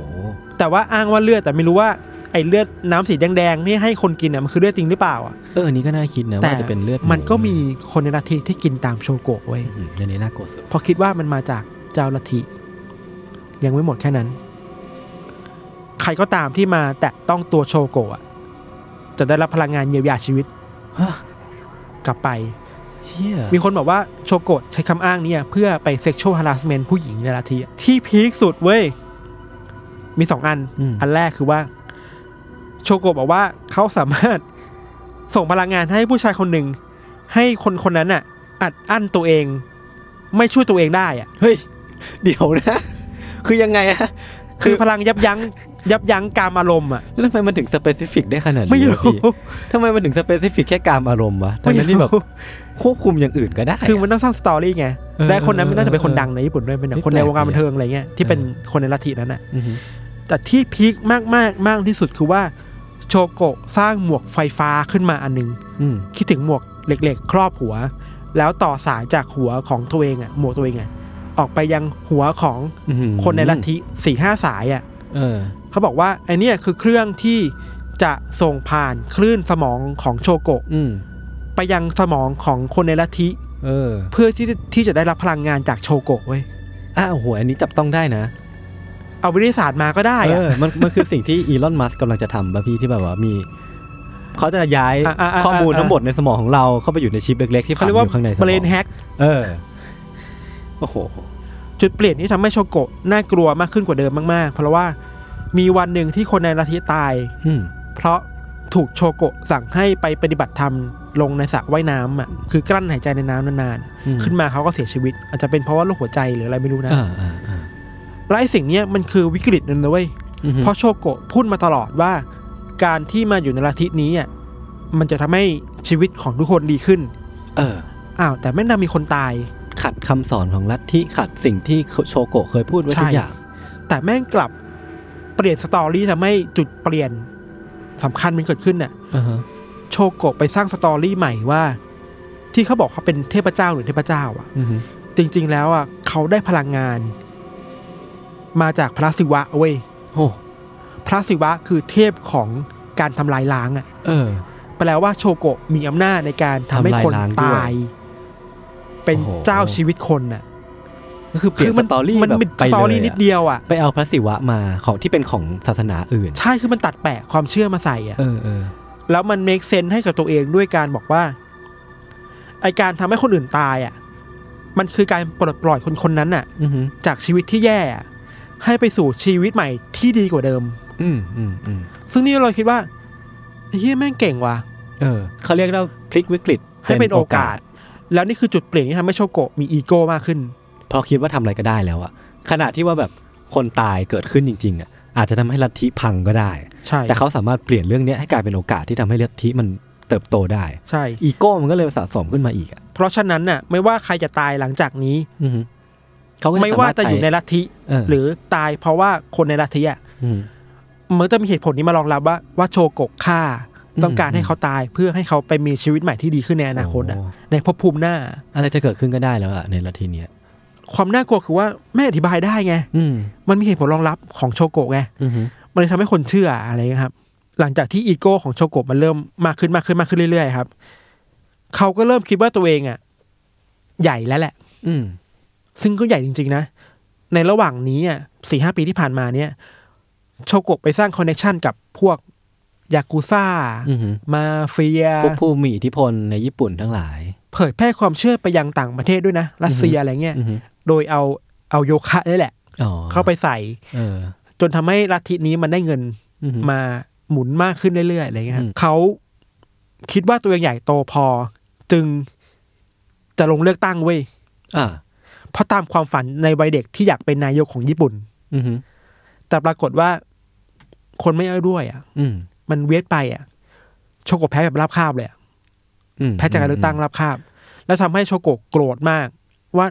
C: แต่ว่าอ้างว่าเลือดแต่ไม่รู้ว่าไอ้เลือดน้ำสีแดงๆนี่ให้คนกินอ่ะมันคือเลือดจริงหรือเปล่าอ่ะ
B: เอออนนี่ก็น่าคิดนะ
C: แต่
B: ว่าจะเป็นเลือดห
C: มันก็มีคนในลัทธิที่กินตามโชโกะไว้ย
B: อืมอันนี้น่ากลัวสุด
C: เพอคิดว่ามันมาจากเจ้าลัทธิยังไม่หมดแค่นั้น ใครก็ตามที่มาแตะต้องตัวโชโกะอ่ะจะได้รับพลังงานเยียวยาชีวิต
B: ฮะ
C: กลับไป
B: เชี่ย
C: มีคนบอกว่าโชโกะใช้คำอ้างเนี้เพื่อไป sexual harassment ผู้หญิงในลัทธิอะที่พีคสุดเว้ย มีสองอัน
B: อืม
C: อันแรกคือว่า โชโกะบอกว่าเขาสามารถส่งพลังงานให้ผู้ชายคนหนึ่ง ให้คนคนนั้นน่ะ อัดอั้นตัวเอง ไม่ช่วยตัวเองได้อะ
B: เฮ้ย เดี๋ยวนะ คือยังไงอะ
C: คือพลังยับยั้ง ยับยั้งการอารมณ์อ่ะ
B: แล้วทำไมมันถึงสเปซิฟิกได้ขนาดนี้
C: ไม่
B: วะ
C: รู้
B: พี่ทำไมมันถึงสเปซิฟิกแค่การอารมณ์วะทั้
C: ไม่
B: งนั้นที่แบบ
C: รู้
B: ควบคุมอย่างอื่นก็ได้ะ
C: คือมันต้องสร้างสตอรี่ไง
B: เออ
C: และคนนั้นมันน่าจะเป็นคน
B: เออ
C: ดังในญี่ปุ่นด้วยเป็นแบบ
B: ไม่
C: คนใน
B: แปลก
C: วงการ
B: ดี
C: บัน
B: อะ
C: เทิงอะไรเงี้ยที่
B: เออ
C: เป็นคนในลัทธินั้นน่ะ
B: อือฮึ
C: แต่ที่พีคมากมากมากที่สุดคือว่าโชโกะสร้างหมวกไฟฟ้าขึ้นมาอันหนึง
B: อืม
C: คิดถึงหมวกเหล็กๆ ครอบหัว แล้วต่อสายจากหัวของตัวเองอะหมวกตัวเองอะออกไปยังหัวของ
B: อื้อหือ
C: คนในลัทธิสี่ห้าสายอะ
B: เออ
C: เขาบอกว่าไอเนี่ยคือเครื่องที่จะส่งผ่านคลื่นสมองของโชโกะ
B: อืม
C: ไปยังสมองของคนในลัทธิ
B: เออ
C: เพื่อที่จะที่จะได้รับพลังงานจากโชโกะเว้ย
B: อ้าวโหอันนี้จับต้องได้นะ
C: เอาวิทยาศาสตร์มาก็ได้
B: เอ
C: อะ
B: อ มัน มันคือสิ่งที่อีลอน มัสกกำลังจะทำป่ะพี่ที่แบบว่ามี เขาจะย้าย
C: อ่ะอ่ะอ่ะ
B: ข้อมูลทั้งหมดในสมองของเราเข้าไปอยู่ในชิปเล็กๆ ที่ฝังอ
C: เขาเรียกว่า
B: ยู่ข้างในสม
C: เบร
B: อน ง
C: แฮก
B: เออ โอ้โห
C: จุดเปลี่ยนที่ทำให้โชโกะน่ากลัวมากขึ้นกว่าเดิมมากๆ เพราะว่ามีวันหนึ่งที่คนในลัทธิตาย
B: อืม
C: เพราะถูกโชโกะสั่งให้ไปปฏิบัติธรรมลงในสระว่ายน้ำอ่ะคือกลั้นหายใจในน้ำนาน
B: อืม
C: ๆ ขึ้นมาเขาก็เสียชีวิต อาจจะเป็นเพราะว่าโรคหัวใจหรืออะไรไม่รู้นะ
B: อ่าอ่าอ่า
C: และไอ้สิ่งเนี้ยมันคือวิกฤตนึงนะเว้ย
B: อือฮึ
C: เพราะโชโกะพูดมาตลอดว่า การที่มาอยู่ในลัทธินี้อ่ะมันจะทำให้ชีวิตของทุกคนดีขึ้น
B: เออ
C: อ้าวแต่แม่งดันมีคนตาย
B: ขัดคำสอนของลัทธิขัดสิ่งที่โชโกะเคยพูดไว้ทุ
C: ใช่
B: กอย่าง
C: แต่แม่งกลับเปลี่ยนสตอรี่ทำให้จุดเปลี่ยนสำคัญมันเกิดขึ้นน่ะ
B: อ่าฮะ
C: โชโกะไปสร้างสตอรี่ใหม่ว่า ที่เขาบอกเขาเป็นเทพเจ้าหรือเทพเจ้าอ่ะ
B: อือฮึ
C: จริง ๆ แล้วอ่ะเขาได้พลังงาน มาจากพระศิวะเว้ย
B: โอ้
C: พระศิวะคือเทพของการทำลายล้างอ่ะ
B: เออ
C: แปลว่าโชโกะมีอำนาจในการทำให้
B: ทำลาย
C: คน
B: ล้างด้วย
C: ตาย เป็น
B: โอ้โห
C: เจ้าชีวิตคนน่ะ
B: ก็คือเปลี่ยนสตอรี่
C: มัน
B: แบบ
C: มัน
B: ไป
C: สตอรี่
B: เลย
C: นิด
B: อะ
C: เดียวอ่ะ
B: ไปเอาพระศิวะมาของที่เป็นของศาสนาอื่น
C: ใช่คือมันตัดแปะความเชื่อมาใส่อ่ะ
B: เออเออ
C: แล้วมัน make sense ให้กับตัวเองด้วยการบอกว่า ไอการทำให้คนอื่นตายอ่ะ มันคือการปลดปล่อยคนคนนั้นน่ะ
B: อือฮึ
C: จากชีวิตที่แย่อะให้ไปสู่ชีวิตใหม่ที่ดีกว่าเดิม
B: อืมอืมอืม
C: ซึ่งนี่เราคิดว่าไอ้เฮียแม่งเก่งว่ะ
B: เออเขาเรียกว่าพลิกวิกฤต
C: ให้เป็นโอกาส แล้วนี่คือจุดเปลี่ยนที่ทำให้โชโกะมีอีโก้มากขึ้น
B: เพราะคิดว่าทำอะไรก็ได้แล้วอะขณะที่ว่าแบบคนตายเกิดขึ้นจริง ๆอะอาจจะทำให้ลัทธิพังก็ได้
C: ใช่
B: แต่เขาสามารถเปลี่ยนเรื่องเนี้ยให้กลายเป็นโอกาสที่ทำให้ลัทธิมันเติบโตได้
C: ใช่
B: อีโก้มันก็เลยสะสมขึ้นมาอีกอะ
C: เพราะฉะนั้นน่ะ ไม่ว่าใครจะตายหลังจากนี้
B: อือฮึเขาก็
C: ไม่ว่าจะอยู่ในลัทธิ
B: เออ
C: หรือตายเพราะว่าคนในลัทธิอ่ะ
B: ม
C: มันจะมีเหตุผลนี้มารองรับว่าว่าโชโกะฆ่า
B: อืม
C: ต้องการให้เขาตายเพื่อให้เขาไปมีชีวิตใหม่ที่ดีขึ้นในอนาคตอะ
B: โอ้
C: ในภพภูมิหน้า
B: อะไรจะเกิดขึ้นก็ได้แล้วอะในลัทธิเนี้ย
C: ความน่ากลัวคือว่าไม่อธิบายได้ไง
B: อืม
C: มันมีเหตุผลรองรับของโชโกะไง
B: อือฮึ
C: มันเลยทำให้คนเชื่ออะไรเงี้ยครับ หลังจากที่อีโก้ของโชโกะมันเริ่มมากขึ้นมากขึ้นมากขึ้นเรื่อยๆครับ เขาก็เริ่มคิดว่าตัวเองอ่ะ ใหญ่แล้วแหละ
B: อืม
C: ซึ่งก็ใหญ่จริง ๆ นะ ในระหว่างนี้อ่ะสี่ห้าปีที่ผ่านมาเนี่ย โชโกะไปสร้างคอนเนคชันกับพวกยากูซ่า
B: อือฮึ
C: มาเฟีย
B: พวกผู้มีอิทธิพลในญี่ปุ่นทั้งหลาย
C: เผยแพร่ความเชื่อไปยังต่างประเทศด้วยนะ รัสเซียอะไรเงี้ย
B: อือฮึ
C: โดยเอาเอาโยคะนี่แหละ
B: อ๋อ
C: เข้าไปใส่
B: เออ
C: จนทำให้ลัทธินี้มันได้เงิน
B: อือฮึ
C: มาหมุนมากขึ้นเรื่อยๆอะไรเงี้ย
B: อืม
C: เขาคิดว่าตัวเองใหญ่โตพอ จึงจะลงเลือกตั้งเว้ย
B: อ่า
C: เพราะตามความฝันในวัยเด็กที่อยากเป็นนายกของญี่ปุ่น
B: อือหือ
C: แต่ปรากฏว่าคนไม่เอาด้วยอ่ะ
B: อืม
C: มันเวทไปอ่ะ โชโกะแพ้แบบราบคาบเลยอะ
B: อืม
C: แพ้จากการเลือกตั้งราบคาบ แล้วทำให้โชโกะโกรธมาก ว่า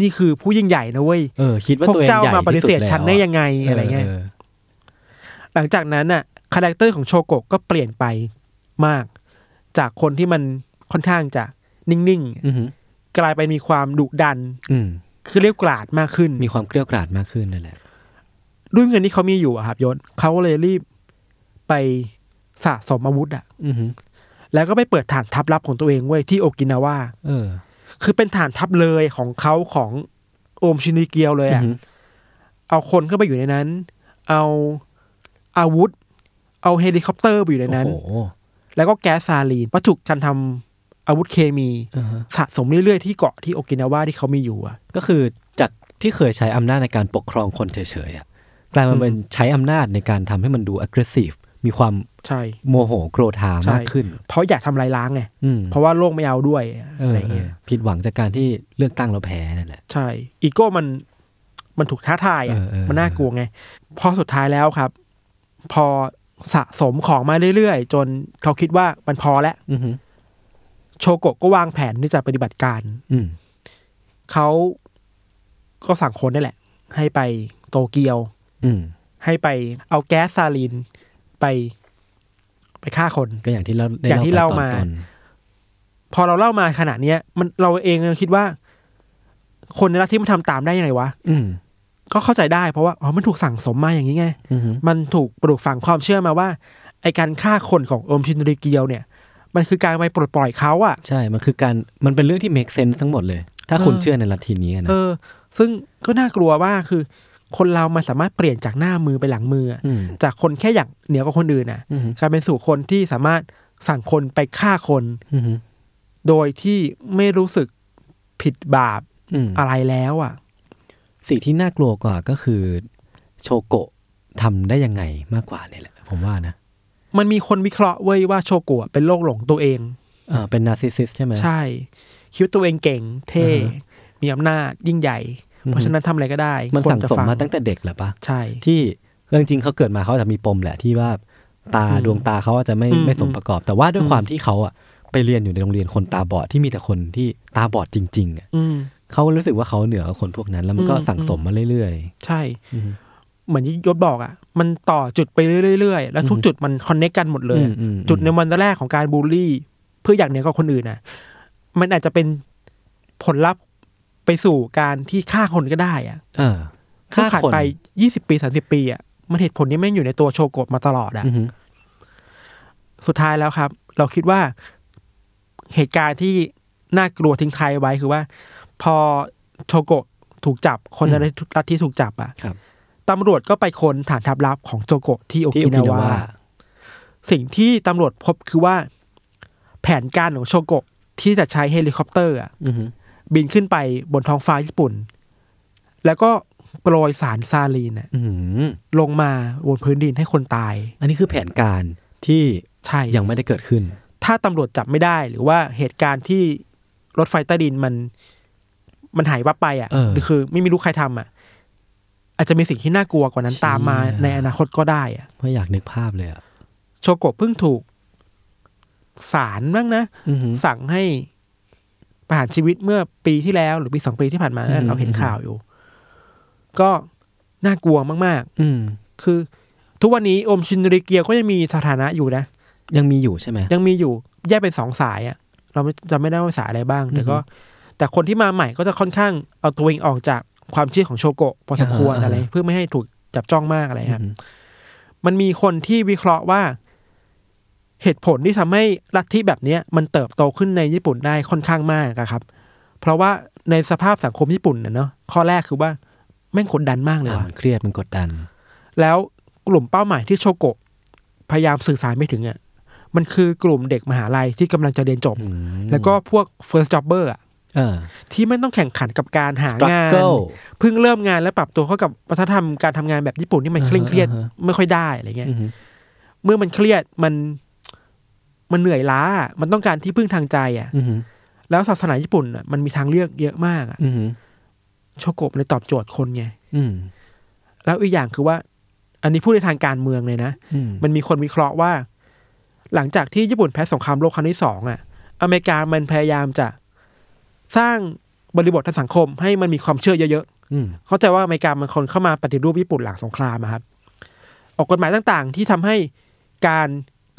C: นี่คือผู้ยิ่งใหญ่นะเว้ย
B: เออ คิดว่า
C: พวก
B: ตัวเอง
C: เจ้า
B: ใหญ่
C: มาปฏิเสธ
B: ที่สุแล้ว
C: ฉันได้ยังไงอะไรเงี้ย หลังจากนั้นน่ะคาแรคเตอร์ของโชโกะก็เปลี่ยนไปมาก จากคนที่มันค่อนข้างจะนิ่ง
B: อือหือ
C: ๆ กลายไปมีความดุดัน
B: อืม
C: คือเรียกกราดมากขึ้น
B: มีความเกลียวกราดมากขึ้นนั่นแหละ
C: ด้วยเงินที่เขามีอยู่อะครับยศเขาก็เลยรีบไปสะสมอาวุธอะ
B: อือหือ
C: แล้วก็ไปเปิดฐานทัพลับของตัวเองเว้ยที่โอกินาวา
B: เออ
C: คือเป็นฐานทัพเลยของเขาของโอมชินิเกียวเลย
B: อือ
C: อะ
B: หือ
C: เอาคนเข้าไปอยู่ในนั้น เอาอาวุธ เอาเฮลิคอปเตอร์ไปอยู่ในนั้น
B: โอ้โห
C: แล้วก็แก๊สซาลีนวัตถุการทำอาวุธเคมี
B: อ่าฮะ
C: สะสมเรื่อยๆที่เกาะที่โอกินาวาที่เขามีอยู่อะ
B: ก็คือจากที่เคยใช้อำนาจในการปกครองคนเฉยๆอะกลายมาเป็น
C: อืม
B: ใช้อำนาจในการทำให้มันดู aggressive มีความ
C: ใช่
B: โมโหโกรธา
C: ใช่
B: มากขึ้น
C: เพราะอยากทำลายล้างไง
B: อืม
C: เพราะว่าโลกไม่เอาด้วยอะไรเงี้ย
B: เออผิดหวังจากการที่เลือกตั้งแล้วแพ้นั่นแหละ
C: ใช่ อีโก้มันมันถูกท้าทายอะ
B: เออเออ
C: มันน่ากลัวไง พอสุดท้ายแล้วครับ พอสะสมของมาเรื่อยๆ จนเขาคิดว่ามันพอแล้ว
B: อือหือ
C: โชโกะก็วางแผนที่จะปฏิบัติการ
B: อืม
C: เขาก็สั่งคนนี่แหละ ให้ไปโตเกียว
B: อืม
C: ให้ไปเอาแก๊สซาลีนไปไปฆ่าคน
B: ก็อย่างที่เราได้
C: อย่างที่
B: เล่า
C: เล่า
B: ไปตอน
C: มา
B: ต้น
C: พอเราเล่ามาขนาดเนี้ย มันเราเองยังคิดว่า คนในรัฐที่มันทำตามได้ยังไงวะ
B: อืม
C: ก็เข้าใจได้เพราะว่าอ๋อมันถูกสั่งสมมาอย่างนี้ไง
B: อือหือ
C: มันถูกปลูกฝังความเชื่อมาว่า ไอการฆ่าคนของโอมชินริเกียวเนี่ย มันคือการไปปลดปล่อยเขาอะ
B: ใช่ มันคือการมันเป็นเรื่องที่ make sense ทั้งหมดเลย ถ้าคุณ
C: เออ
B: เชื่อในลัทธินี้อะนะ
C: เออ ซึ่งก็น่ากลัวว่าคือ คนเรามันสามารถเปลี่ยนจากหน้ามือไปหลังมืออะ
B: ม
C: จากคนแค่อย่างเหนือกว่าคนอื่นน่ะ
B: อือหือก
C: ลายเป็นสู่คนที่สามารถสั่งคนไปฆ่าคน
B: อือหือ
C: โดยที่ไม่รู้สึกผิดบาป
B: อืม
C: อะไรแล้วอะ
B: สิ่งที่น่ากลัวกว่าก็คือโชโกะทำได้ยังไงมากกว่าเนี่ยแหละ ผมว่านะ
C: มันมีคนวิเคราะห์เว้ยว่าโชกุอะเป็นโรคหลงตัวเอง
B: เออเป็นนาร์ซิสซิสใช่ไหม
C: ใช่ คิดว่าตัวเองเก่ง เท่
B: อ่าฮะ
C: มีอำนาจยิ่งใหญ่
B: อือฮึ
C: เพราะฉะนั้นทำอะไรก็ได้
B: มันสั่งสมมาตั้ง
C: คนจะ
B: แต่เด็กแหละปะ
C: ฟังใช่
B: ที่เรื่องจริงเขาเกิดมาเขาอาจจะมีปมแหละที่ว่าตา
C: อืม
B: ดวงตาเขาอาจจะไม่
C: อืม
B: ไม่สมประกอบ แต่ว่าด้วย
C: อืม
B: ความที่เขาอะไปเรียนอยู่ในโรงเรียนคนตาบอดที่มีแต่คนที่ตาบอดจริงๆอะ
C: อืม
B: เขารู้สึกว่าเขาเหนือกว่าคนพวกนั้น แล้วมันก็
C: อืม
B: สั่งสมมาเรื่อย
C: ใช่
B: ๆอืม
C: เหมือนที่ยศบอกอ่ะ มันต่อจุดไปเรื่อยๆ แล้วทุก
B: อือฮึ
C: จุดมันคอนเน c t กันหมดเลย
B: อืมอืม
C: จุดในวันแรกของการบูลลี่ เพื่ออยากเหนือกว่าคนอื่นน่ะ มันอาจจะเป็นผลลัพธ์ไปสู่การที่ฆ่าคนก็ได้อ่ะ
B: เออฆ่า
C: ซึ่งผ่น
B: คน
C: ไปยี่สิบปีสามสิบปีอ่ะ มันเหตุผลนี้ไม่งอยู่ในตัวโชโกะมาตลอดอ่ะ
B: อือหือ
C: สุดท้ายแล้วครับ เราคิดว่าเหตุการณ์ที่น่ากลัวทิ้งท้ายไว้คือว่า พอโชโกะถูกจับคนในรัฐที่ถูกจับอะ
B: ครับ
C: ตำรวจก็ไปค้นฐานทัพลับของโชโกะที่โอ
B: ที่โอ
C: กินาน
B: กิาวาว
C: าสิ่งที่ตำรวจพบคือว่า แผนการของโชโกะที่จะใช้เฮลิคอปเตอร์อะ
B: อือหือ
C: บินขึ้นไปบนท้องฟ้าญี่ปุ่น แล้วก็โปรยสารซาลีนอะ
B: อืม
C: ลงมาบนพื้นดินให้คนตาย
B: อันนี้คือแผนการที่
C: ใช่
B: ยังไม่ได้เกิดขึ้น
C: ถ้าตำรวจจับไม่ได้หรือว่าเหตุการณ์ที่รถไฟใต้ดินมัน มันหายวับไป
B: เออ
C: อะ่ะหรือคือไม่มีรู้ใครทำอ่ะ อาจจะมีสิ่งที่น่ากลัวกว่านั้น
B: เชี่ย
C: ตามมาในอนาคตก็ได้อะ่ะ
B: ไม่อยากนึกภาพเลยอ่ะ
C: โชโกะเพิ่งถูกศาลบ้างนะ สั่งให้ประหารชีวิตเมื่อปีที่แล้ว หรือปีสองปีที่ผ่านมานั่นเราเห็นข่าวอยู่ ก็น่ากลัวมาก
B: อืม
C: ๆ คือ ทุกวันนี้โอมชินริเกียวก็ยังมีสถานะอยู่นะ
B: ยังมีอยู่ใช่ไหม
C: ยังมีอยู่แยกเป็นสองสายอะ่ะ เราไม่จำไม่ได้ว่าสายอะไรบ้าง แต่ก็
B: อือฮึ
C: แต่คนที่มาใหม่ก็จะค่อนข้างเอาตัวเองออกจากความเชื่อของโชโกะพอสมควร
B: อ่าๆๆ
C: อะไร เพื่อไม่ให้ถูกจับจ้องมากอะไรครับ
B: อืม
C: มันมีคนที่วิเคราะห์ว่า เหตุผลที่ทำให้ลัทธิแบบเนี้ย มันเติบโตขึ้นในญี่ปุ่นได้ค่อนข้างมากอะครับ เพราะว่าในสภาพสังคมญี่ปุ่นน่ะเนาะข้อแรกคือว่าแม่งกดดันมากเลย
B: อ่ะ
C: ว่ะ
B: มันเครียดมันกดดัน
C: แล้วกลุ่มเป้าหมายที่โชโกะพยายามสื่อสารไม่ถึงอะ่ะมันคือกลุ่มเด็กมหาลัยที่กำลังจะเรียนจบ
B: อืม
C: แล้วก็พวก first jobber อะ
B: เออ
C: ที่ไม่ต้องแข่งขันกับการหางาน
B: struggle
C: เพิ่งเริ่มงานแล้วปรับตัวเข้ากับวัฒนธรรมการทำงานแบบญี่ปุ่นที่มัน
B: อ่า
C: เค
B: ฮะ
C: ร่งเครียด
B: อ่าฮะ
C: ไม่ค่อยได้อะไรเงี้ย
B: อืม
C: เมื่อมันเครียดมันมันเหนื่อยล้า มันต้องการที่พึ่งทางใจอ่ะ
B: อืม
C: แล้วศาสนาญี่ปุ่นอะมันมีทางเลือกเยอะมากอะ
B: อืม
C: โชโกะมันเลยตอบโจทย์คนไง
B: อืม
C: แล้วอีกอย่างคือว่า อันนี้พูดในทางการเมืองเลยนะ
B: อืม
C: มันมีคนวิเคราะห์ว่า หลังจากที่ญี่ปุ่นแพ้สงครามโลกครั้งที่สองอ่ะ อเมริกามันพยายามจะสร้างบริบททางสังคม ให้มันมีความเชื่อเยอะ
B: อืม
C: ๆ เข้าใจว่าอเมริกามันคนเข้ามาปฏิรูปญี่ปุ่นหลังสงครามอะครับ ออกกฎหมายต่างๆ ที่ทำให้การ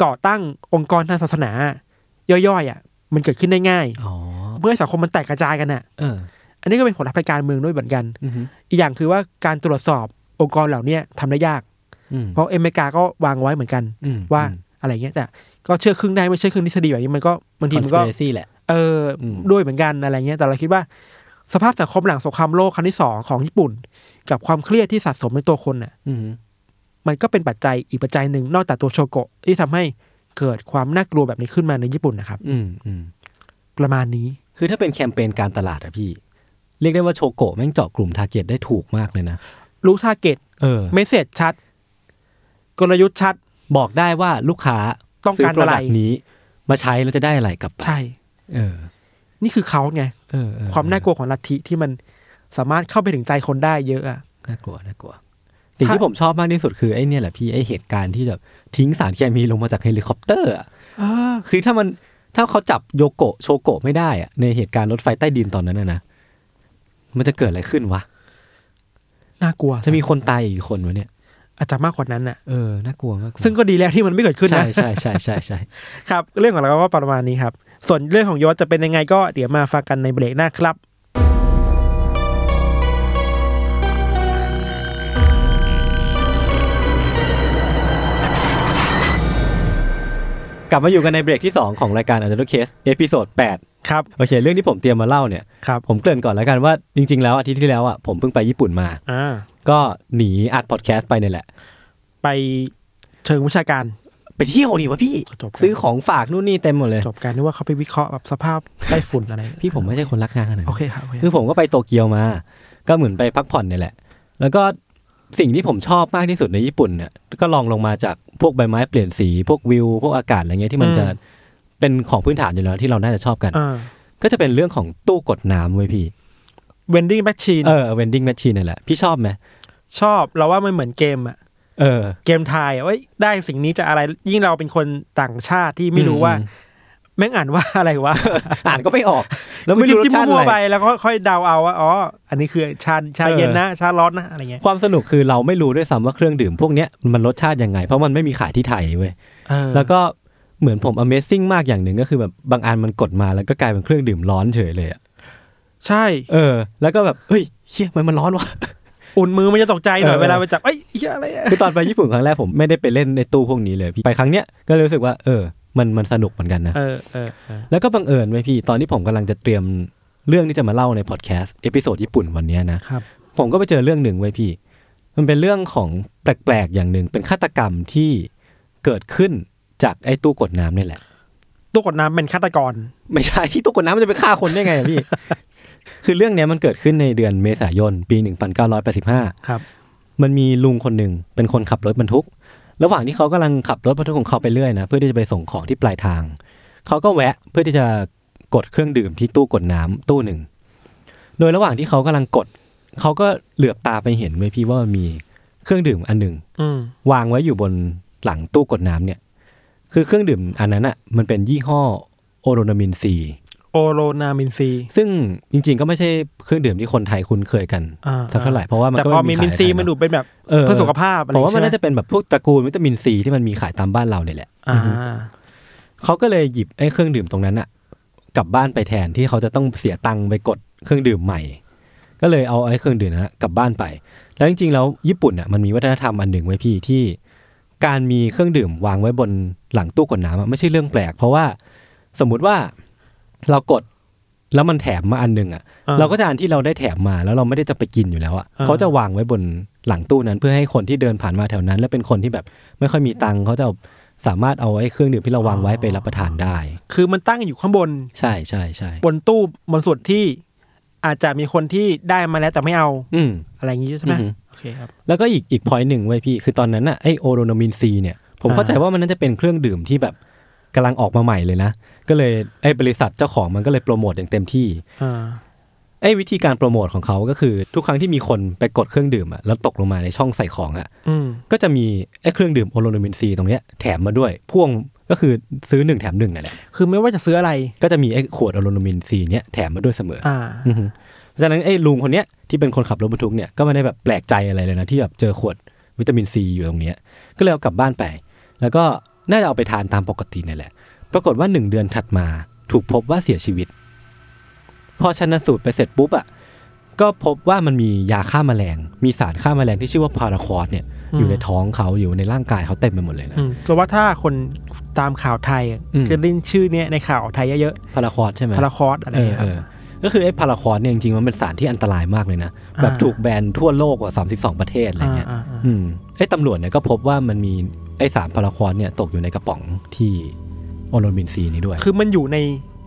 C: ก่อตั้งองค์กรทางศาสนาย่อยๆอ่ะ มันเกิดขึ้นได้ง่าย
B: อ๋อ
C: เพื่อให้สังคมมันแตกกระจายกันอ่ะ
B: เออ
C: อันนี้ก็เป็นผลลัพธ์ทางการเมืองด้วยเหมือนกัน
B: อืม
C: อีกอย่างคือว่าการตรวจสอบองค์กรเหล่าเนี้ยทำได้ยาก
B: อืม
C: เพราะอเมริกาก็วางไว้เหมือนกัน
B: อืม
C: ว่าอะไรเงี้ยแต่ก็เชื่อครึ่งได้ไม่เชื่อครึ่งทฤษฎีแบบนี้มันก็บางที
B: คอน
C: มัน
B: เป
C: ก็
B: เรซี่แหละ
C: เอออ
B: ม
C: ด้วยเหมือนกันอะไรเงี้ยแต่เราคิดว่า สภาพสังคมหลังสงครามโลกครั้งที่สองของญี่ปุ่น กับความเครียดที่สะสมในตัวคนน่ะ
B: อืม
C: มันก็เป็นปัจจัยอีกปัจจัยหนึ่งนอกจากตัวโชโกะที่ทำให้เกิดความน่ากลัวแบบนี้ขึ้นมาในญี่ปุ่นนะครับ
B: อืมอืม
C: ประมาณนี้
B: คือถ้าเป็นแคมเปญการตลาดอะพี่ เรียกได้ว่าโชโกะแม่งเจาะกลุ่มทาร์เก็ตได้ถูกมากเลยนะ
C: รู้ทาร์เก็ต
B: เออ
C: เมสเซจชัด กลยุทธ์ชัด
B: บอกได้ว่าลูกค้า
C: ต้องการ
B: ซื้
C: อะไร
B: product นี้ มาใช้แล้วจะได้อะไรกลับไป
C: ใช่
B: เออ
C: นี่คือเขาไง
B: เออเออ
C: ความน่ากลัวของลัทธิที่มันสามารถเข้าไปถึงใจคนได้เยอะอะ
B: น่ากลัวน่ากลัว สิ่ง
C: ถ้า
B: ที่ผมชอบมากที่สุดคือไอ้เนี่ยแหละพี่ไอ้เหตุการณ์ที่แบบทิ้งสารเคมีลงมาจากเฮลิคอปเตอร์อะคือถ้ามันถ้าเขาจับโยโกะโชโกะไม่ได้อะในเหตุการณ์รถไฟใต้ดินตอนนั้นนะนะมันจะเกิดอะไรขึ้นวะ
C: น่ากลัว
B: จะมีคนตายอีกคนวะเนี่ย
C: อาจจะมากกว่านั้นน่ะ
B: เออน่ากลัวมากกว่า
C: ซึ่งก็ดีแล้วที่มันไม่เกิดขึ้น
B: ใช่
C: นะ
B: ใช่ใช่ใช่ใช่
C: ครับ เรื่องของเราก็ประมาณนี้ครับ ส่วนเรื่องของยศจะเป็นยังไงก็เดี๋ยวมาฟังกันในเบรกหน้าครับ
B: กลับมาอยู่กันในเบรกที่ 2 ของรายการ u n d e r c a s e เอพิโซด8
C: ครับ
B: โอเค เรื่องที่ผมเตรียมมาเล่าเนี่ย
C: ครับ
B: ผมเกริ่นก่อนแล้วกันว่า จริง ๆ แล้วอาทิตย์ที่แล้วอ่ะผมเพิ่งไปญี่ปุ่นมา
C: อ่า
B: ก็หนีอัดพอดแคสต์ไปเนี่ยแหละ
C: ไปเชิงวิชาการ
B: ไปเที่ยวดีวะพี่
C: จบกัน
B: ซื้อของฝากนู่นนี่เต็มหมดเลย
C: จบการนึกว่าเขาไปวิเคราะห์แบบสภาพไต้ฝุ่นอะไร
B: พี่ผมไม่ใช่คนรักงานขนาด
C: โอ
B: นั้น
C: เคครับโอเค
B: คือผมก็ไปโตเกียวมา ก็เหมือนไปพักผ่อนเนี่ยแหละ แล้วก็สิ่งที่ผมชอบมากที่สุดในญี่ปุ่นเนี่ยก็ลองลงมาจากพวกใบไม้เปลี่ยนสีพวกวิวพวกอากาศอะไรเงี้ยที่มันจะเป็นของพื้นฐานอยู่แล้วที่เราน่าจะชอบกัน
C: อ่า
B: ก็จะเป็นเรื่องของตู้กดน้ำเว้ยพี่
C: เวนดิ้งแมชชีน
B: เออเวนดิ้งแมชชีนนี่นแหละ พี่ชอบไหม
C: ชอบเราว่ามันเหมือนเกมอะ
B: เออ
C: เกมทายอะเอ้ยได้สิ่งนี้จะอะไรยิ่งเราเป็นคนต่างชาติที่ไม่รู้ว่า
B: อื
C: แม่งอ่านว่าอะไร วะ
B: มอ่านก็ไม่ ออก แล้วไม่รู้ร
C: จิ้
B: ส
C: ม
B: ชาติ
C: ๆมั่ว
B: อะ
C: ๆไป
B: ไร
C: แล้วก็ค่อยเดาเอาว่าอ๋ออันนี้คือชาชาเย็นนะ ชาร้อนนะอะไรเงี้ย
B: ความสนุกคือเราไม่รู้ด้วยซ้ำว่าเครื่องดื่มพวกเนี้ยมันรสชาติยังไง เพราะมันไม่มีขายที่ไทยเว้ยแล้วก็เหมือนผม Amazing มากอย่างหนึ่งก็คือแบบบางอันมันกดมาแล้วก็กลายเป็นเครื่องดื่มร้อนเฉยเลยอะ
C: ใช่
B: เออ แล้วก็แบบเฮ้ยเชี่ยมันมันร้อนวะ
C: อุ่นมือมันจะตกใจหน่อย
B: เออ
C: เวลาไปจับเอ้ยเหี้ยอะไรอะ
B: คือตอนไปญี่ปุ่นครั้งแรกผมไม่ได้ไปเล่นในตู้พวกนี้เลยพี่ไปครั้งเนี้ยก็เลยรู้สึกว่าเออ มันมันสนุกเหมือนกันนะ
C: เออเออเออ
B: แล้วก็บังเอิญไว้ยพี่ตอนที่ผมกำลังจะเตรียมเรื่องที่จะมาเล่าในพอดแคสต์เอพิโซดญี่ปุ่นวันเนี้ยนะ
C: ครับ
B: ผมก็ไปเจอเรื่องหนึ่งไว้ยพี่ มันเป็นเรื่องของแปลกๆอย่างหนึ่งเป็นฆาตกรรมที่เกิดขึ้นจากไอ้ตู้กดน้ำนี่แหละ
C: ตัวกดน้ำเป็นฆาตกร
B: ไม่ใช่ ตู้กดน้ำมันจะไปฆ่าคนได้ไงอะพี่ คือเรื่องเนี้ยมันเกิดขึ้นในเดือนเมษายน ปี 1985
C: ครับ
B: มันมีลุงคนหนึ่งเป็นคนขับรถบรรทุก ระหว่างที่เขากำลังขับรถบรรทุกของเขาไปเรื่อยนะเพื่อที่จะไปส่งของที่ปลายทาง เขาก็แวะเพื่อที่จะกดเครื่องดื่มที่ตู้กดน้ำตู้หนึ่ง โดยระหว่างที่เขากำลังกด เขาก็เหลือบตาไปเห็นไว้ยพี่ว่ามันมีเครื่องดื่มอันหนึ่ง
C: อืม
B: วางไว้อยู่บนหลังตู้กดน้ำเนี่ย คือเครื่องดื่มอันนั้นอ่ะมันเป็นยี่ห้อโอโรนามินซี
C: โอโรนามินซี
B: ซึ่งจริงๆก็ไม่ใช่เครื่องดื่มที่คนไทยคุ้นเคยกัน
C: อ่
B: สักเท่าไหร่เพราะว่ามัน
C: แต่
B: ก็
C: พอ
B: ไ
C: มีมินซี
B: ขายใไทย
C: มัน
B: เอะ
C: ดูเป็นแบบ
B: เออ
C: เพื่อสุขภาพอะไร
B: ผมว่ามัน
C: ใช่
B: น่า
C: ไห
B: จะเป็นแบบพวกตระกูลวิตามินซีที่มันมีขายตามบ้านเราเนี่ยแหละ
C: อ่า
B: เขาก็เลยหยิบไอ้เครื่องดื่มตรงนั้นอะกลับบ้านไปแทนที่เขาจะต้องเสียตังค์ไปกดเครื่องดื่มใหม่ ก็เลยเอาไอ้เครื่องดื่มนั้นอะกลับบ้านไป แล้วจริงๆแล้วญี่ปุ่นอะมันมีวัฒนธรรมอันหนึ่งไว้พี่ที่ การมีเครื่องดื่มวางไว้บนหลังตู้กดน้ำอะไม่ใช่เรื่องแปลก เพราะว่าสมมุติว่าเรากดแล้วมันแถมมาอันหนึ่งอะ
C: อ่า
B: เราก็จะอันที่เราได้แถมมาแล้วเราไม่ได้จะไปกินอยู่แล้วอะ
C: อ่า
B: เขาจะวางไว้บนหลังตู้นั้นเพื่อให้คนที่เดินผ่านมาแถวนั้น และเป็นคนที่แบบไม่ค่อยมีตังค์เขาจะเอาสามารถเอาไอ้เครื่องดื่มที่เราวางไว้ไปรับประทานได้
C: คือมันตั้งอยู่ข้างบน
B: ใช่ใช่ใช่
C: บนตู้บนส่วนที่ อาจจะมีคนที่ได้มาแล้วแต่ไม่เอา
B: อืม
C: อะไรอย่างงี้ใช่ไหม
B: อือฮึ
C: โอเคครับ
B: แล้วก็อีกอีกพอยหนึ่งไว้ยพี่ คือตอนนั้นน่ะไอโอโรนามินซีเนี่ย ผม
C: อ่า
B: เข้าใจว่ามันน่าจะเป็นเครื่องดื่มที่แบบกำลังออกมาใหม่เลยนะ ก็เลยไอบริษัทเจ้าของมันก็เลยโปรโมทอย่างเต็มที่
C: อ่า
B: ไอ อ้ยวิธีการโปรโมทของเขาก็คือทุกครั้งที่มีคนไปกดเครื่องดื่มอะแล้วตกลงมาในช่องใส่ของอะ
C: อืม
B: ก็จะมีไอ้เครื่องดื่มโอโลโนมินซีตรงเนี้ยแถมมาด้วยพ่วงก็คือซื้อหนึ่งแถมหนึ่งนั่นแหละ
C: คือไม่ว่าจะซื้ออะไร
B: ก็จะมีไอ้ขวดโอโลโนมินซีเนี้ยแถมมาด้วยเสมออ
C: อ่า
B: อือฮึเพราะฉะนั้นไอ้ลุงคนเนี้ยที่เป็นคนขับรถบรรทุกเนี่ยก็ไม่ได้แบบแปลกใจอะไรเลยนะที่แบบเจอขวดวิตามินซีอยู่ตรงเนี้ยก็เลยเอากลับบ้านไป แล้วก็น่าจะเอาไปทานตามปกตินี่แหละ ปรากฏว่าหนึ่งเดือนถัดมาถูกพบว่าเสียชีวิต พอชันสูตรไปเสร็จปุ๊บอ่ะก็พบว่ามันมียาฆ่าแมลง มีสารฆ่าแมลงที่ชื่อว่าพาราควอสเนี่ย
C: อืม
B: อยู่ในท้องเขาอยู่ในร่างกายเขาเต็มไปหมดเลยนะ
C: อืมเราว่าถ้าคนตามข่าวไทยอะ
B: อืม
C: จะได้ยินชื่อเนี้ยในข่าวไทยเยอะ
B: พาราควอสใช่ไหม
C: ๆพาราคอสอะไร
B: เออเอ
C: เงี้ยครับ
B: อก็คือไอ้พาราควอสเนี่ยจริงๆมันเป็นสารที่อันตรายมากเลยนะ แบบ
C: อ่า
B: ถูกแบนทั่วโลกกว่า 32 ประเทศอะไรเงี้ย
C: อ่าอ่า
B: อืมไอ้ตำรวจเนี่ยก็พบว่ามันมีไอ้สารพาราควอสเนี่ยตกอยู่ในกระป๋องที่โอโลมินซีนี้ด้วย
C: คือมันอยู่ใน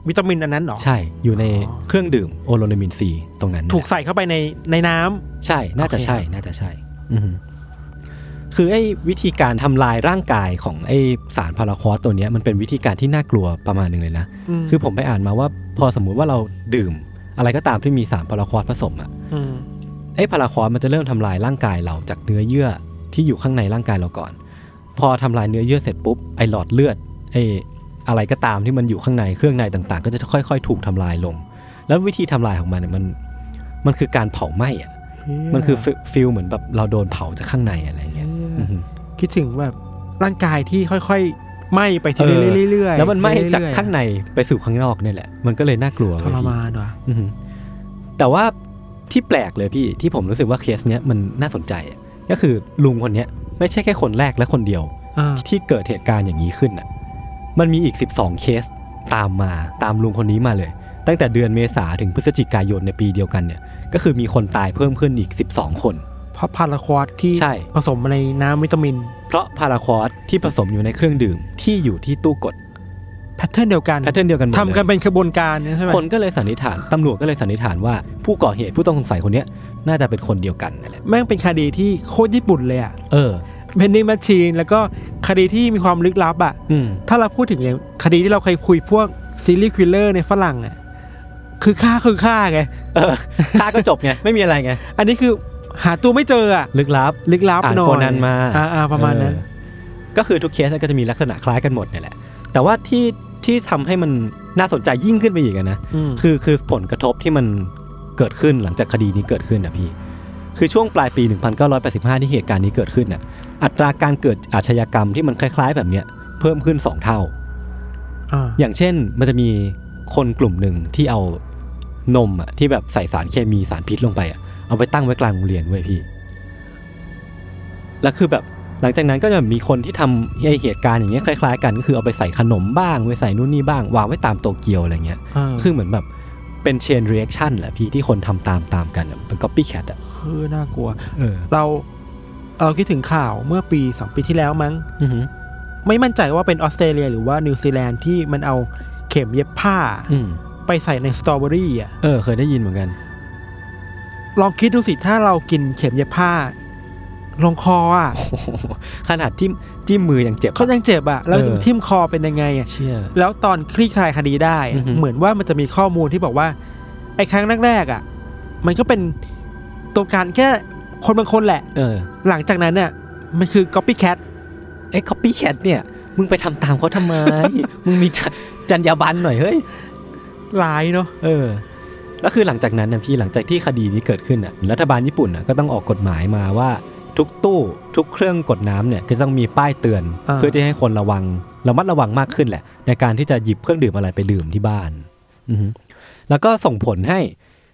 C: วิตามินอันนั้นเหรอ
B: ใช่ อยู่ใน
C: อ๋อ
B: เครื่องดื่มโอโลนมินซีตรงนั้นนะ
C: ถูกใส่เข้าไปในในน้ำ
B: ใช่ น่าจะ
C: โอเค
B: ใช่ น่าจะใช่ อือฮึคือไอ้วิธีการทำลายร่างกายของไอ้สารพาราควอสตัวเนี้ยมันเป็นวิธีการที่น่ากลัวประมาณหนึ่งเลยนะ
C: ม
B: คือผมไปอ่านมาว่าพอสมมุติว่าเราดื่ม อะไรก็ตามที่มีสารพาราควอสผสมอะ
C: ม
B: ไอ้พาราควอสมันจะเริ่มทำลายร่างกายเราจากเนื้อเยื่อที่อยู่ข้างในร่างกายเราก่อน พอทำลายเนื้อเยื่อเสร็จปุ๊บไอ้หลอดเลือดไอ้อะไรก็ตามที่มันอยู่ข้างในเครื่องในต่างๆ ก็จะค่อย ๆ ถูกทำลายลง แล้ววิธีทำลายของมันเนี่ยมันมันคือการเผาไหม้อะมันคือฟิฟิลเหมือนแบบเราโดนเผาจากข้างในอะไรอย่างเงี้ยอือฮึ
C: คิดถึงแบบร่างกายที่ค่อยๆไหม้ไปที
B: เออ
C: เรื่อยๆ
B: แล้วมันไหม้จาก
C: เรื่อยๆ
B: ข้างในไปสู่ข้างนอกเนี่ยแหละ มันก็เลยน่ากลัว
C: ท
B: เว้ย
C: ร
B: พี่
C: มานว่ะ
B: อือหือแต่ว่าที่แปลกเลยพี่ที่ผมรู้สึกว่าเคสเนี้ยมันน่าสนใจอะก็คือลุงคนเนี้ยไม่ใช่แค่คนแรกและคนเดียว
C: อ่า
B: ที่เกิดเหตุการณ์อย่างนี้ขึ้นน่ะมันมีอีก 12 เคสตามมาตามลุงคนนี้มาเลย ตั้งแต่เดือนเมษาถึงพฤศจิกายนในปีเดียวกันเนี่ยก็คือมีคนตายเพิ่มขึ้นอีก 12 คน
C: เพราะพาราควอสที่
B: ใช่
C: ผสมในน้ำวิตามิน
B: เพราะพาราควอสที่ผสมอยู่ในเครื่องดื่มที่อยู่ที่ตู้กด
C: แพทเทิร์นเดียวกัน
B: แพทเทิร์นเดียวกันหมดเลย
C: ทำกันเป็นขบวนการเนี่ยใช่ไหม
B: คนก็เลยสันนิษฐาน ตำรวจก็เลยสันนิษฐานว่าผู้ก่อเหตุผู้ต้องสงสัยคนเนี้ยน่าจะเป็นคนเดียวกันนั่นแหละ
C: แม่งเป็นคดีที่โคตรญี่ปุ่นเลยอ่ะ
B: เออ
C: เพนนิงแมชชีนแล้วก็คดีที่มีความลึกลับอ่ะ
B: อืม
C: ถ้าเราพูดถึงอย่างคดีที่เราเคยคุยพวกซีรีส์คิลเลอร์ในฝรั่งอ่ะคือฆ่าคือฆ่าไง
B: เออฆ่าก็จบไง ไม่มีอะไรไง
C: อันนี้คือหาตัวไม่เจออ่ะ
B: ลึกลับ
C: ลึกลับ
B: อ่าน
C: หน่อย
B: โคนันมา
C: อ่อ่ประมาณนั้น
B: เออก็คือทุกเคสก็จะมีลักษณะคล้ายกันหมดเนี่ยแหละ แต่ว่าที่ที่ทำให้มันน่าสนใจยิ่งขึ้นไปอีกอะนะ
C: ม
B: คือคือผลกระทบที่มันเกิดขึ้นหลังจากคดีนี้เกิดขึ้นนะพี่ คือช่วงปลายปี 1985 ที่เหตุการณ์นี้เกิดขึ้นน่ะ อัตราการเกิดอาชญากรรมที่มันคล้าย ๆ แบบเนี้ยเพิ่มขึ้นสองเท่า
C: า
B: อย่างเช่นมันจะมีคนกลุ่มหนึ่งที่เอานมอ่ะที่แบบใส่สารเคมีสารพิษลงไปอ่ะเอาไปตั้งไว้กลางโรงเรียนเว้ยพี่ แล้วคือแบบหลังจากนั้นก็จะมีคนที่ทำไอ้เหตุการณ์อย่างเงี้ยคล้ายๆ กันก็คือเอาไปใส่ขนมบ้างไว้ใส่นู่นนี่บ้างวางไว้ตามโตเกียวอะไรเงี้ย
C: อ่า
B: คือเหมือนแบบเป็นเชนเรีแอคชั่นแหละพี่ที่คนทำตามตามๆกันอะเป็นก๊อปปี้แคทอ่ะ
C: คือน่ากลัว
B: เออ
C: เราเราคิดถึงข่าวเมื่อปีสองปีที่แล้วมั้ง
B: อือหือ
C: ไม่มั่นใจว่าเป็นออสเตรเลียหรือว่านิวซีแลนด์ที่มันเอาเข็มเย็บผ้า
B: อืม
C: ไปใส่ในสตรอเบอรี่อ่ะ
B: เออเคยได้ยินเหมือนกัน
C: ลองคิดดูสิถ้าเรากินเข็มเย็บผ้า ลงคออ่ะ
B: ขนาดจิ้มจิ้มมือยังเจ็บอะ
C: เขายังเจ็บอ่ะ แล้ว
B: เออ
C: ทิ่มคอเป็นยังไงอ่ะ
B: เชี่ย
C: แล้วตอนคลี่คลายคดีได้
B: อื
C: อะ
B: อหือ
C: เหมือนว่ามันจะมีข้อมูลที่บอกว่า ไอ้ครั้งแรกๆอ่ะ มันก็เป็นตัวการแค่คนบางคนแหละ
B: เออ
C: หลังจากนั้นเนี่ยมันคือ copycat
B: ไอ้ copycat เนี่ย มึงไปทำตามเขาทำไม มึงมีจจรรยาบรรณหน่อยเฮ้ย
C: ลายเนาะ
B: เออ แล้วคือหลังจากนั้นนะพี่หลังจากที่คดีนี้เกิดขึ้นอ่ะ รัฐบาลญี่ปุ่นอ่ะก็ต้องออกกฎหมายมาว่าทุกตู้ทุกเครื่องกดน้ำเนี่ยก็ต้องมีป้ายเตือน
C: า
B: เพื่อที่ให้คนระวังระมัดระวังมากขึ้นแหละ ในการที่จะหยิบเครื่องดื่มอะไรไปดื่มที่บ้าน อือฮึแล้วก็ส่งผลให้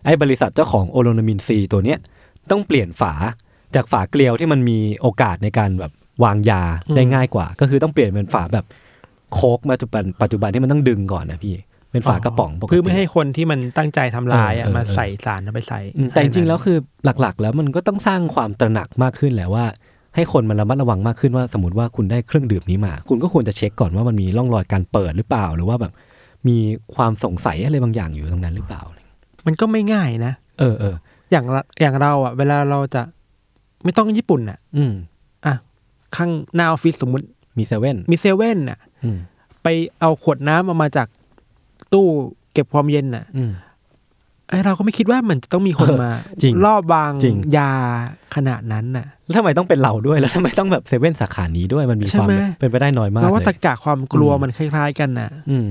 B: ไอ้บริษัทเจ้าของโอโลนามินซีตัวเนี้ยต้องเปลี่ยนฝาจากฝาเกลียวที่มันมีโอกาสในการแบบวางยา
C: อืม
B: ได้ง่ายกว่า ก็คือต้องเปลี่ยนเป็นฝาแบบโคกมาจุบันปัจจุบันที่มันต้องดึงก่อนนะพี่ เป็นฝากระป๋องปกติ
C: เพื่อไม่ให้คนที่มันตั้งใจทำลายอ่ะ
B: เออเออ
C: มาใส่สารเอาไปใส่
B: อืมแต่จริงๆแล้วคือหลักๆ แล้วมันก็ต้องสร้างความตระหนักมากขึ้นแหละว่า ให้คนมันระมัดระวังมากขึ้นว่า สมมติว่าคุณได้เครื่องดื่มนี้มา คุณก็ควรจะเช็คก่อนว่ามันมีร่องรอยการเปิดหรือเปล่า หรือว่าแบบมีความสงสัยอะไรบางอย่างอยู่ตรงนั้นหรือเปล่า
C: มันก็ไม่ง่ายนะ
B: เออเออ
C: อย่างละอย่างเราอ่ะ เวลาเราจะไม่ต้องญี่ปุ่นอ่ะ
B: อืม
C: อ่ะ ข้างหน้าออฟฟิศสมมติ
B: มีเซเว่น
C: มีเซเว่นอ่ะ
B: อืม
C: ไปเอาขวดน้ำออกมาจากตู้เก็บความเย็นอ่ะ
B: อืม
C: เอ้ยเราก็ไม่คิดว่ามันจะต้องมีคนมา
B: จริง
C: รอบวาง
B: จริง
C: ยาขนาดนั้นน่ะ
B: แล้วทำไมต้องเป็นเราด้วยแล้วทำไมต้องแบบเซเว่นสาขานี้ด้วยมันมี
C: ใช่
B: ความ
C: ไหม
B: เป็นไปได้น้อยมาก
C: แล้วว่า
B: เล
C: ตะ
B: ย
C: กะความกลัว
B: อืม
C: มันคล้าย ๆ กันน่ะ
B: อืม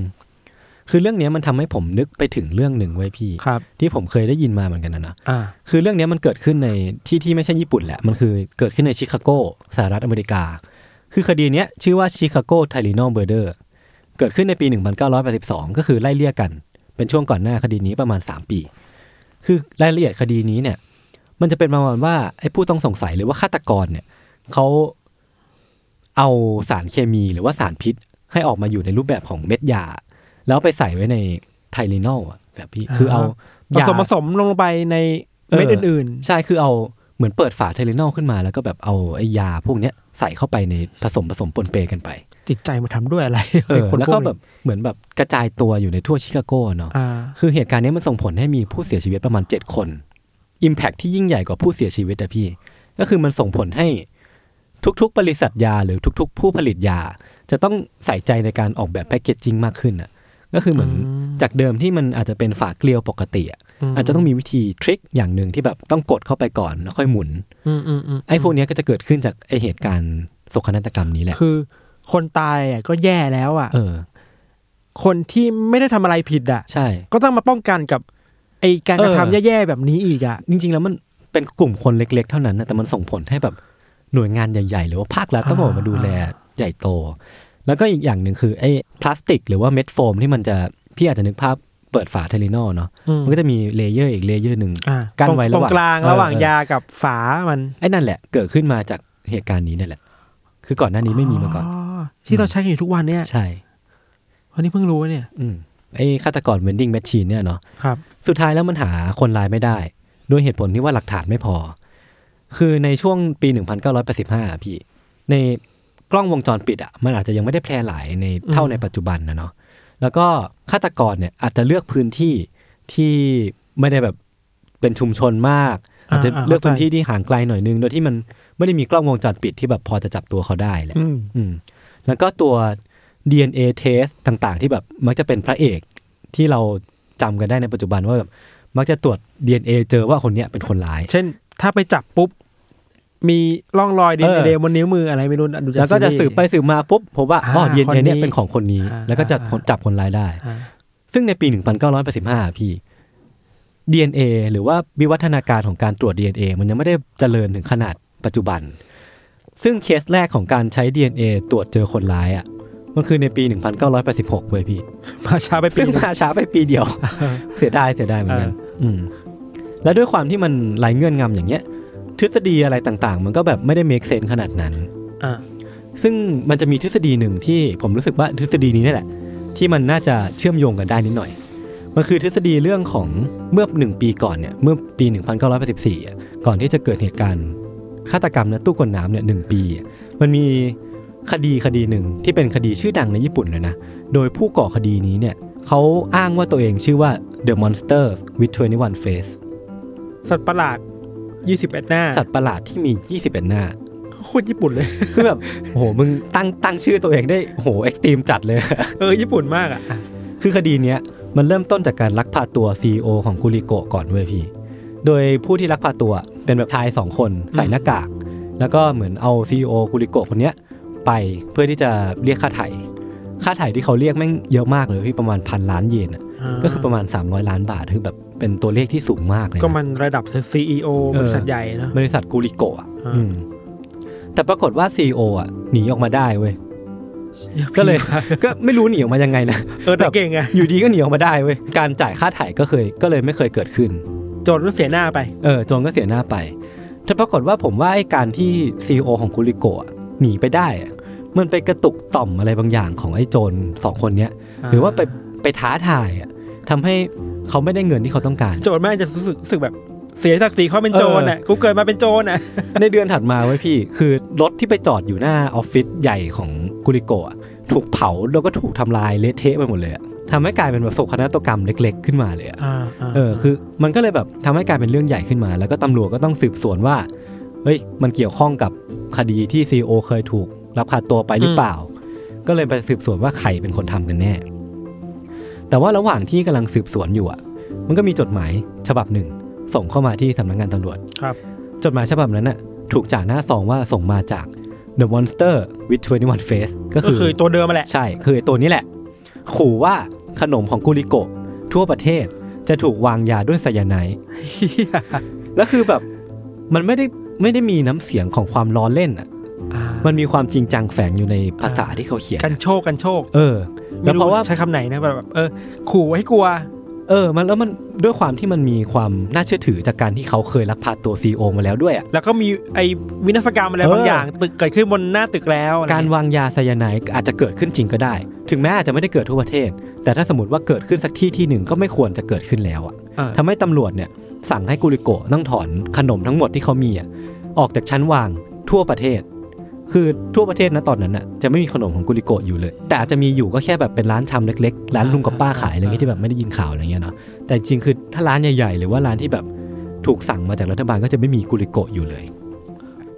B: คือเรื่องเนี้ยมันทำให้ผมนึกไปถึงเรื่องหนึ่งไว้ยพี่
C: ครับ
B: ที่ผมเคยได้ยินมาเหมือนกันนะนะ
C: อ่า
B: คือเรื่องเนี้ยมันเกิดขึ้นในที่ที่ไม่ใช่ญี่ปุ่นแหละ มันคือเกิดขึ้นในชิคาโกสหรัฐอเมริกา คือคดีเนี้ยชื่อว่าชิคาโกไทลีนอลเบอร์เดอร์เกิดขึ้นในปี 1982 ก็คือไล่เลี่ยกัน เป็นช่วงก่อนหน้าคดีนี้ประมาณ 3 ปี คือรายละเอียดคดีนี้เนี่ย มันจะเป็นประมาณว่าไอ้ผู้ต้องสงสัยหรือว่าฆาตกรเนี่ยเขาเอาสารเคมีหรือว่าสารพิษ ให้ออกมาอยู่ในรูปแบบของเม็ดยา แล้วไปใส่ไว้ในไทลีนอลอะแบบพี่คือเอา
C: ผ
B: ยา
C: สมผสมลงไปในเม็ด
B: เออ
C: อื่น
B: ใช่ คือเอาเหมือนเปิดฝาเทเลนอลขึ้นมาแล้วก็แบบเอาไอ้ยาพวกเนี้ยใส่เข้าไปในผสมผสมปนเปกันไป
C: ๆ ติดใจมาทำด้วยอะไร
B: เออ
C: ไคน
B: แล้วก็แบบเหมือนแบบกระจายตัวอยู่ในทั่วชิคาโกเนาะ
C: อ่า
B: คือเหตุการณ์นี้มันส่งผลให้มีผู้เสียชีวิตประมาณ 7 คน Impact ที่ยิ่งใหญ่กว่าผู้เสียชีวิตอะพี่ ก็คือมันส่งผลให้ทุกๆ บริษัทยาหรือทุกๆ ผู้ผลิตยา จะต้องใส่ใจในการออกแบบแพคเกจจิ้งมากขึ้นอะก็คือเหมือน
C: อืม
B: จากเดิมที่มันอาจจะเป็นฝาเกลียวปกติอะอาจจะต้องมีวิธีทริคอย่างหนึ่งที่แบบต้องกดเข้าไปก่อนแล้วค่อยหมุน
C: อืมอืมอืม
B: ไอ้พวกเนี้ยก็จะเกิดขึ้นจากไอ้เหตุการณ์โศกนาฏกรรมนี้แหละ
C: คือคนตายอ่ะก็แย่แล้วอ่ะ
B: เออ
C: คนที่ไม่ได้ทำอะไรผิดอ่ะ
B: ใช่
C: ก็ต้องมาป้องกันกับ ไอการกระทำ
B: เออ
C: แย่ๆแบบนี้อีกอ่ะ
B: จริงๆ แล้วมันเป็นกลุ่มคนเล็กๆ เท่านั้นนะแต่มันส่งผลให้แบบหน่วยงานใหญ่ๆ หรือว่าภาครัฐต้องออกมาดูแลใหญ่โต แล้วก็อีกอย่างหนึ่งคือไอ้พลาสติก หรือว่าเม็ดโฟมที่มันจะพี่อาจจะนึกภาพเปิดฝาเทลินอลเนาะ
C: อืม
B: มันก็จะมีเลเยอร์อีกเลเยอร์หนึ่ง
C: อ่า
B: กั้นไว้
C: ตร
B: ระห
C: ง
B: ว่าง
C: กลางระหว่าง
B: เออเออ
C: ยากับฝามัน
B: ไอ้นั่นแหละ เกิดขึ้นมาจากเหตุการณ์นี้นั่นแหละ คือก่อนหน้านี้ไม่มีมาก่อน
C: ที่เราใช้กันอยู่ทุกวันเนี่ย
B: ใช่
C: วันนี้เพิ่งรู้เนี่ย
B: อืมไอ้ฆาตกรเวนดิ้งแมชชีนเนี่ยเนาะ
C: ครับ
B: สุดท้ายแล้วมันหาคนร้ายไม่ได้ด้วยเหตุผลที่ว่าหลักฐานไม่พอ คือในช่วงปี 1985อะพี่ ในกล้องวงจรปิดอ่ะมันอาจจะยังไม่ได้แพร่หลายในเท่า
C: อืม
B: ในปัจจุบันนะเนาะแล้วก็ฆาตกรเนี่ยอาจจะเลือกพื้นที่ที่ไม่ได้แบบเป็นชุมชนมาก อาจจะเลือกพื้นที่ที่ห่างไกลหน่อยนึง โดยที่มันไม่ได้มีกล้องวงจรปิดที่แบบพอจะจับตัวเขาได้แหละ
C: อืม
B: อืมแล้วก็ตัว DNA test ต่างๆ ที่แบบมักจะเป็นพระเอกที่เราจำกันได้ในปัจจุบันว่าแบบมักจะตรวจ DNA เจอว่าคนเนี้ยเป็นคนร้าย
C: เช่น ถ้าไปจับปุ๊บ มีร่องรอยดี
B: เออ
C: เดบนนิ้วมืออะไรไม่รู้ดูา
B: แล้วก็จะสื
C: ซีรีส์
B: บไปสืบมาปุ๊บผมว่าอ๋อ
C: อ่า
B: DNA เนี่ย
C: คนนี้
B: เป็นของคนนี้
C: อ่า
B: แล้วก็จะ
C: อ่า
B: คนจับคนร้ายได้
C: อ่า
B: ซึ่งในปี 1985 พี่ DNA หรือว่าวิวัฒนาการของการตรวจ DNA มันยังไม่ได้เจริญถึงขนาดปัจจุบัน ซึ่งเคสแรกของการใช้ DNA ตรวจเจอคนร้ายอ่ะมันคือในปี 1986เว้ยพี่
C: มาช้าไปปี
B: ซึ่ง
C: หนึ่ง
B: มาช้าไปปีเดียว
C: เออ
B: เสียดายเสียดายเหมือนกัน
C: เอ
B: ืมและด้วยความที่มันหลายเงื่อนงำอย่างเงี้ย ทฤษฎีอะไรต่างๆ มันก็แบบไม่ได้ make sense ขนาดนั้น
C: อ่า
B: ซึ่งมันจะมีทฤษฎีหนึ่งที่ผมรู้สึกว่าทฤษฎีนี้นี่แหละ ที่มันน่าจะเชื่อมโยงกันได้นิดหน่อย มันคือทฤษฎีเรื่องของเมื่อหนึ่งปีก่อนเนี่ยเมื่อปี 1984อ่ะก่อนที่จะเกิดเหตุการณ์ฆาตกรรมในะตู้กดน้ำเนี่ยหนึ่งปีอ่ะมันมีคดีคดีหนึ่งที่เป็นคดีชื่อดังในญี่ปุ่นเลยนะ โดยผู้ก่อคดีนี้เนี่ยเขาอ้างว่าตัวเองชื่อว่า The Monsters with 21 Face
C: สัตว์ประหลาดยี่สิบเอ็ดหน้า
B: สัตว์ประหลาดที่มี 21 หน้า
C: โคตรญี่ปุ่นเลย
B: คือแบบโอ้โหมึงตั้งตั้งชื่อตัวเองได้โอ้โหเอ็กซ์ตรีมจัดเลย
C: เออ ญี่ปุ่นมากอ่ะอ่ะ
B: คือคดีเนี้ยมันเริ่มต้นจากการลักพาตัวซีอของกุลิโกะก่อนเว้ยพี่ โดยผู้ที่ลักพาตัวเป็นแบบชายสองคนใส่หน้ากาก แล้วก็เหมือนเอาซีอกุลิโกะคนเนี้ยไปเพื่อที่จะเรียกค่าไถ่ค่าไถ่ที่เขาเรียกแม่งเยอะมากเลยพี่ประมาณพันล้านเยนอะก็คือประมาณ 300 ล้านบาทคือแบบเป็นตัวเลขที่สูงมากเลยนะ
C: ก็มันระดับซีอีโอบริษัทใหญ่เนอะ
B: บริษัทกูริโกะอะ
C: อ่า
B: อืมแต่ปรากฏว่าซีออ่ะหนีออกมาได้เว้ย ก็เลย ก็ไม่รู้หนีออกมายังไงนะ
C: เออแต่เก่งอ่ะ
B: อยู่ดีก็หนีออกมาได้เว้ย การจ่ายค่าถ่ายก็เคย ก็เลยไม่เคยเกิดขึ้น
C: โจทย์ก็เสียหน้าไป
B: เออโจนก็เสียหน้าไป แต่ปรากฏว่าผมว่าไอ้การที่ซีอของกูริโกะอะหนีไปได้อะมันไปกระตุกต่อมอะไรบางอย่างของไอ้โจรสองคนเนี้ย หรือว่าไปไปท้าทายอะทำให้เขาไม่ได้เงินที่เขาต้อง การ
C: โจรแม่งจะรู้สึกรู้สึกแบบเสียศักดิ์ศรีเขาเป็นโจรอ่ะกูเกิดมาเป็นโจรอ่ะ
B: ในเดือนถัดมาไว้ยพี่ คือรถที่ไปจอดอยู่หน้าออฟฟิศใหญ่ของกุริโกะอะถูกเผาแล้วก็ถูกทำลายเละเทะไปหมดเลยอะทำให้กลายเป็นประสบคณาตกรรมเล็ก ๆ ขึ้นมาเลยอะเออคือมันก็เลยแบบทำให้กลายเป็นเรื่องใหญ่ขึ้นมา แล้วก็ตำรวจก็ต้องสืบสวนว่าเฮ้ยมันเกี่ยวข้องกับคดีที่ซีโอเคยถูกรับพาตัวไปหรือเปล่า ก็เลยไปสืบสวนว่าใครเป็นคนทำกันแน่ แต่ว่าระหว่างที่กำลังสืบสวนอยู่อะ มันก็มีจดหมายฉบับหนึ่ง ส่งเข้ามาที่สำนักงานตำรวจ
C: ครับ
B: จดหมายฉบับนั้นน่ะถูกจ่าหน้าซองว่าส่งมาจาก The Monster with 21 Face ก็
C: ก็
B: คือ
C: คือตัวเดิมมาแหละ
B: ใช่ คือไอ้ตัวนี้แหละ ขู่ว่าขนมของกุลิโกะทั่วประเทศจะถูกวางยาด้วยไซยาไนด์แล้วคือแบบมันไม่ได้ไม่ได้มีน้ำเสียงของความล้อเล่นอ่ะ มันมีความจริงจังแฝงอยู่ในภาษาที่เขาเขียน
C: กันโชคกันโชค
B: เออ แล้ว
C: ไม่
B: เพราะว่า
C: ใช้คำไหนนะแบบเออขู่ให้กลัว
B: เออ มันแล้วมันด้วยความที่มันมีความน่าเชื่อถือจากการที่เขาเคยลักพาตัวซีโอมาแล้วด้วยอ่ะ
C: แล้วก็มีไอ้วินาศกรรมอะไร
B: เออ
C: บางอย่าง ตึกเกิดขึ้นบนหน้าตึกแล้วอะไร
B: การวางยาไซยาไนด์อาจจะเกิดขึ้นจริงก็ได้ ถึงแม้อาจจะไม่ได้เกิดทั่วประเทศ แต่ถ้าสมมติว่าเกิดขึ้นสักที่ที่หนึ่งก็ไม่ควรจะเกิดขึ้นแล้วอ่ะ
C: เออ
B: ทำให้ตำรวจเนี่ยสั่งให้กุลิโกะต้องถอนขนมทั้งหมดที่เขามีอะออกจากชั้นวางทั่วประเทศ คือทั่วประเทศนะตอนนั้นน่ะจะไม่มีขนมของกุลิโกะอยู่เลย แต่อาจจะมีอยู่ก็แค่แบบเป็นร้านชำเล็กๆ ร้านลุงกับป้าขายอะไรเงี้ยที่แบบไม่ได้ยินข่าวอะไรเงี้ยเนาะแต่จริงๆคือถ้าร้านใหญ่ๆ หรือว่าร้านที่แบบถูกสั่งมาจากรัฐบาลก็จะไม่มีกุลิโกะอยู่เลย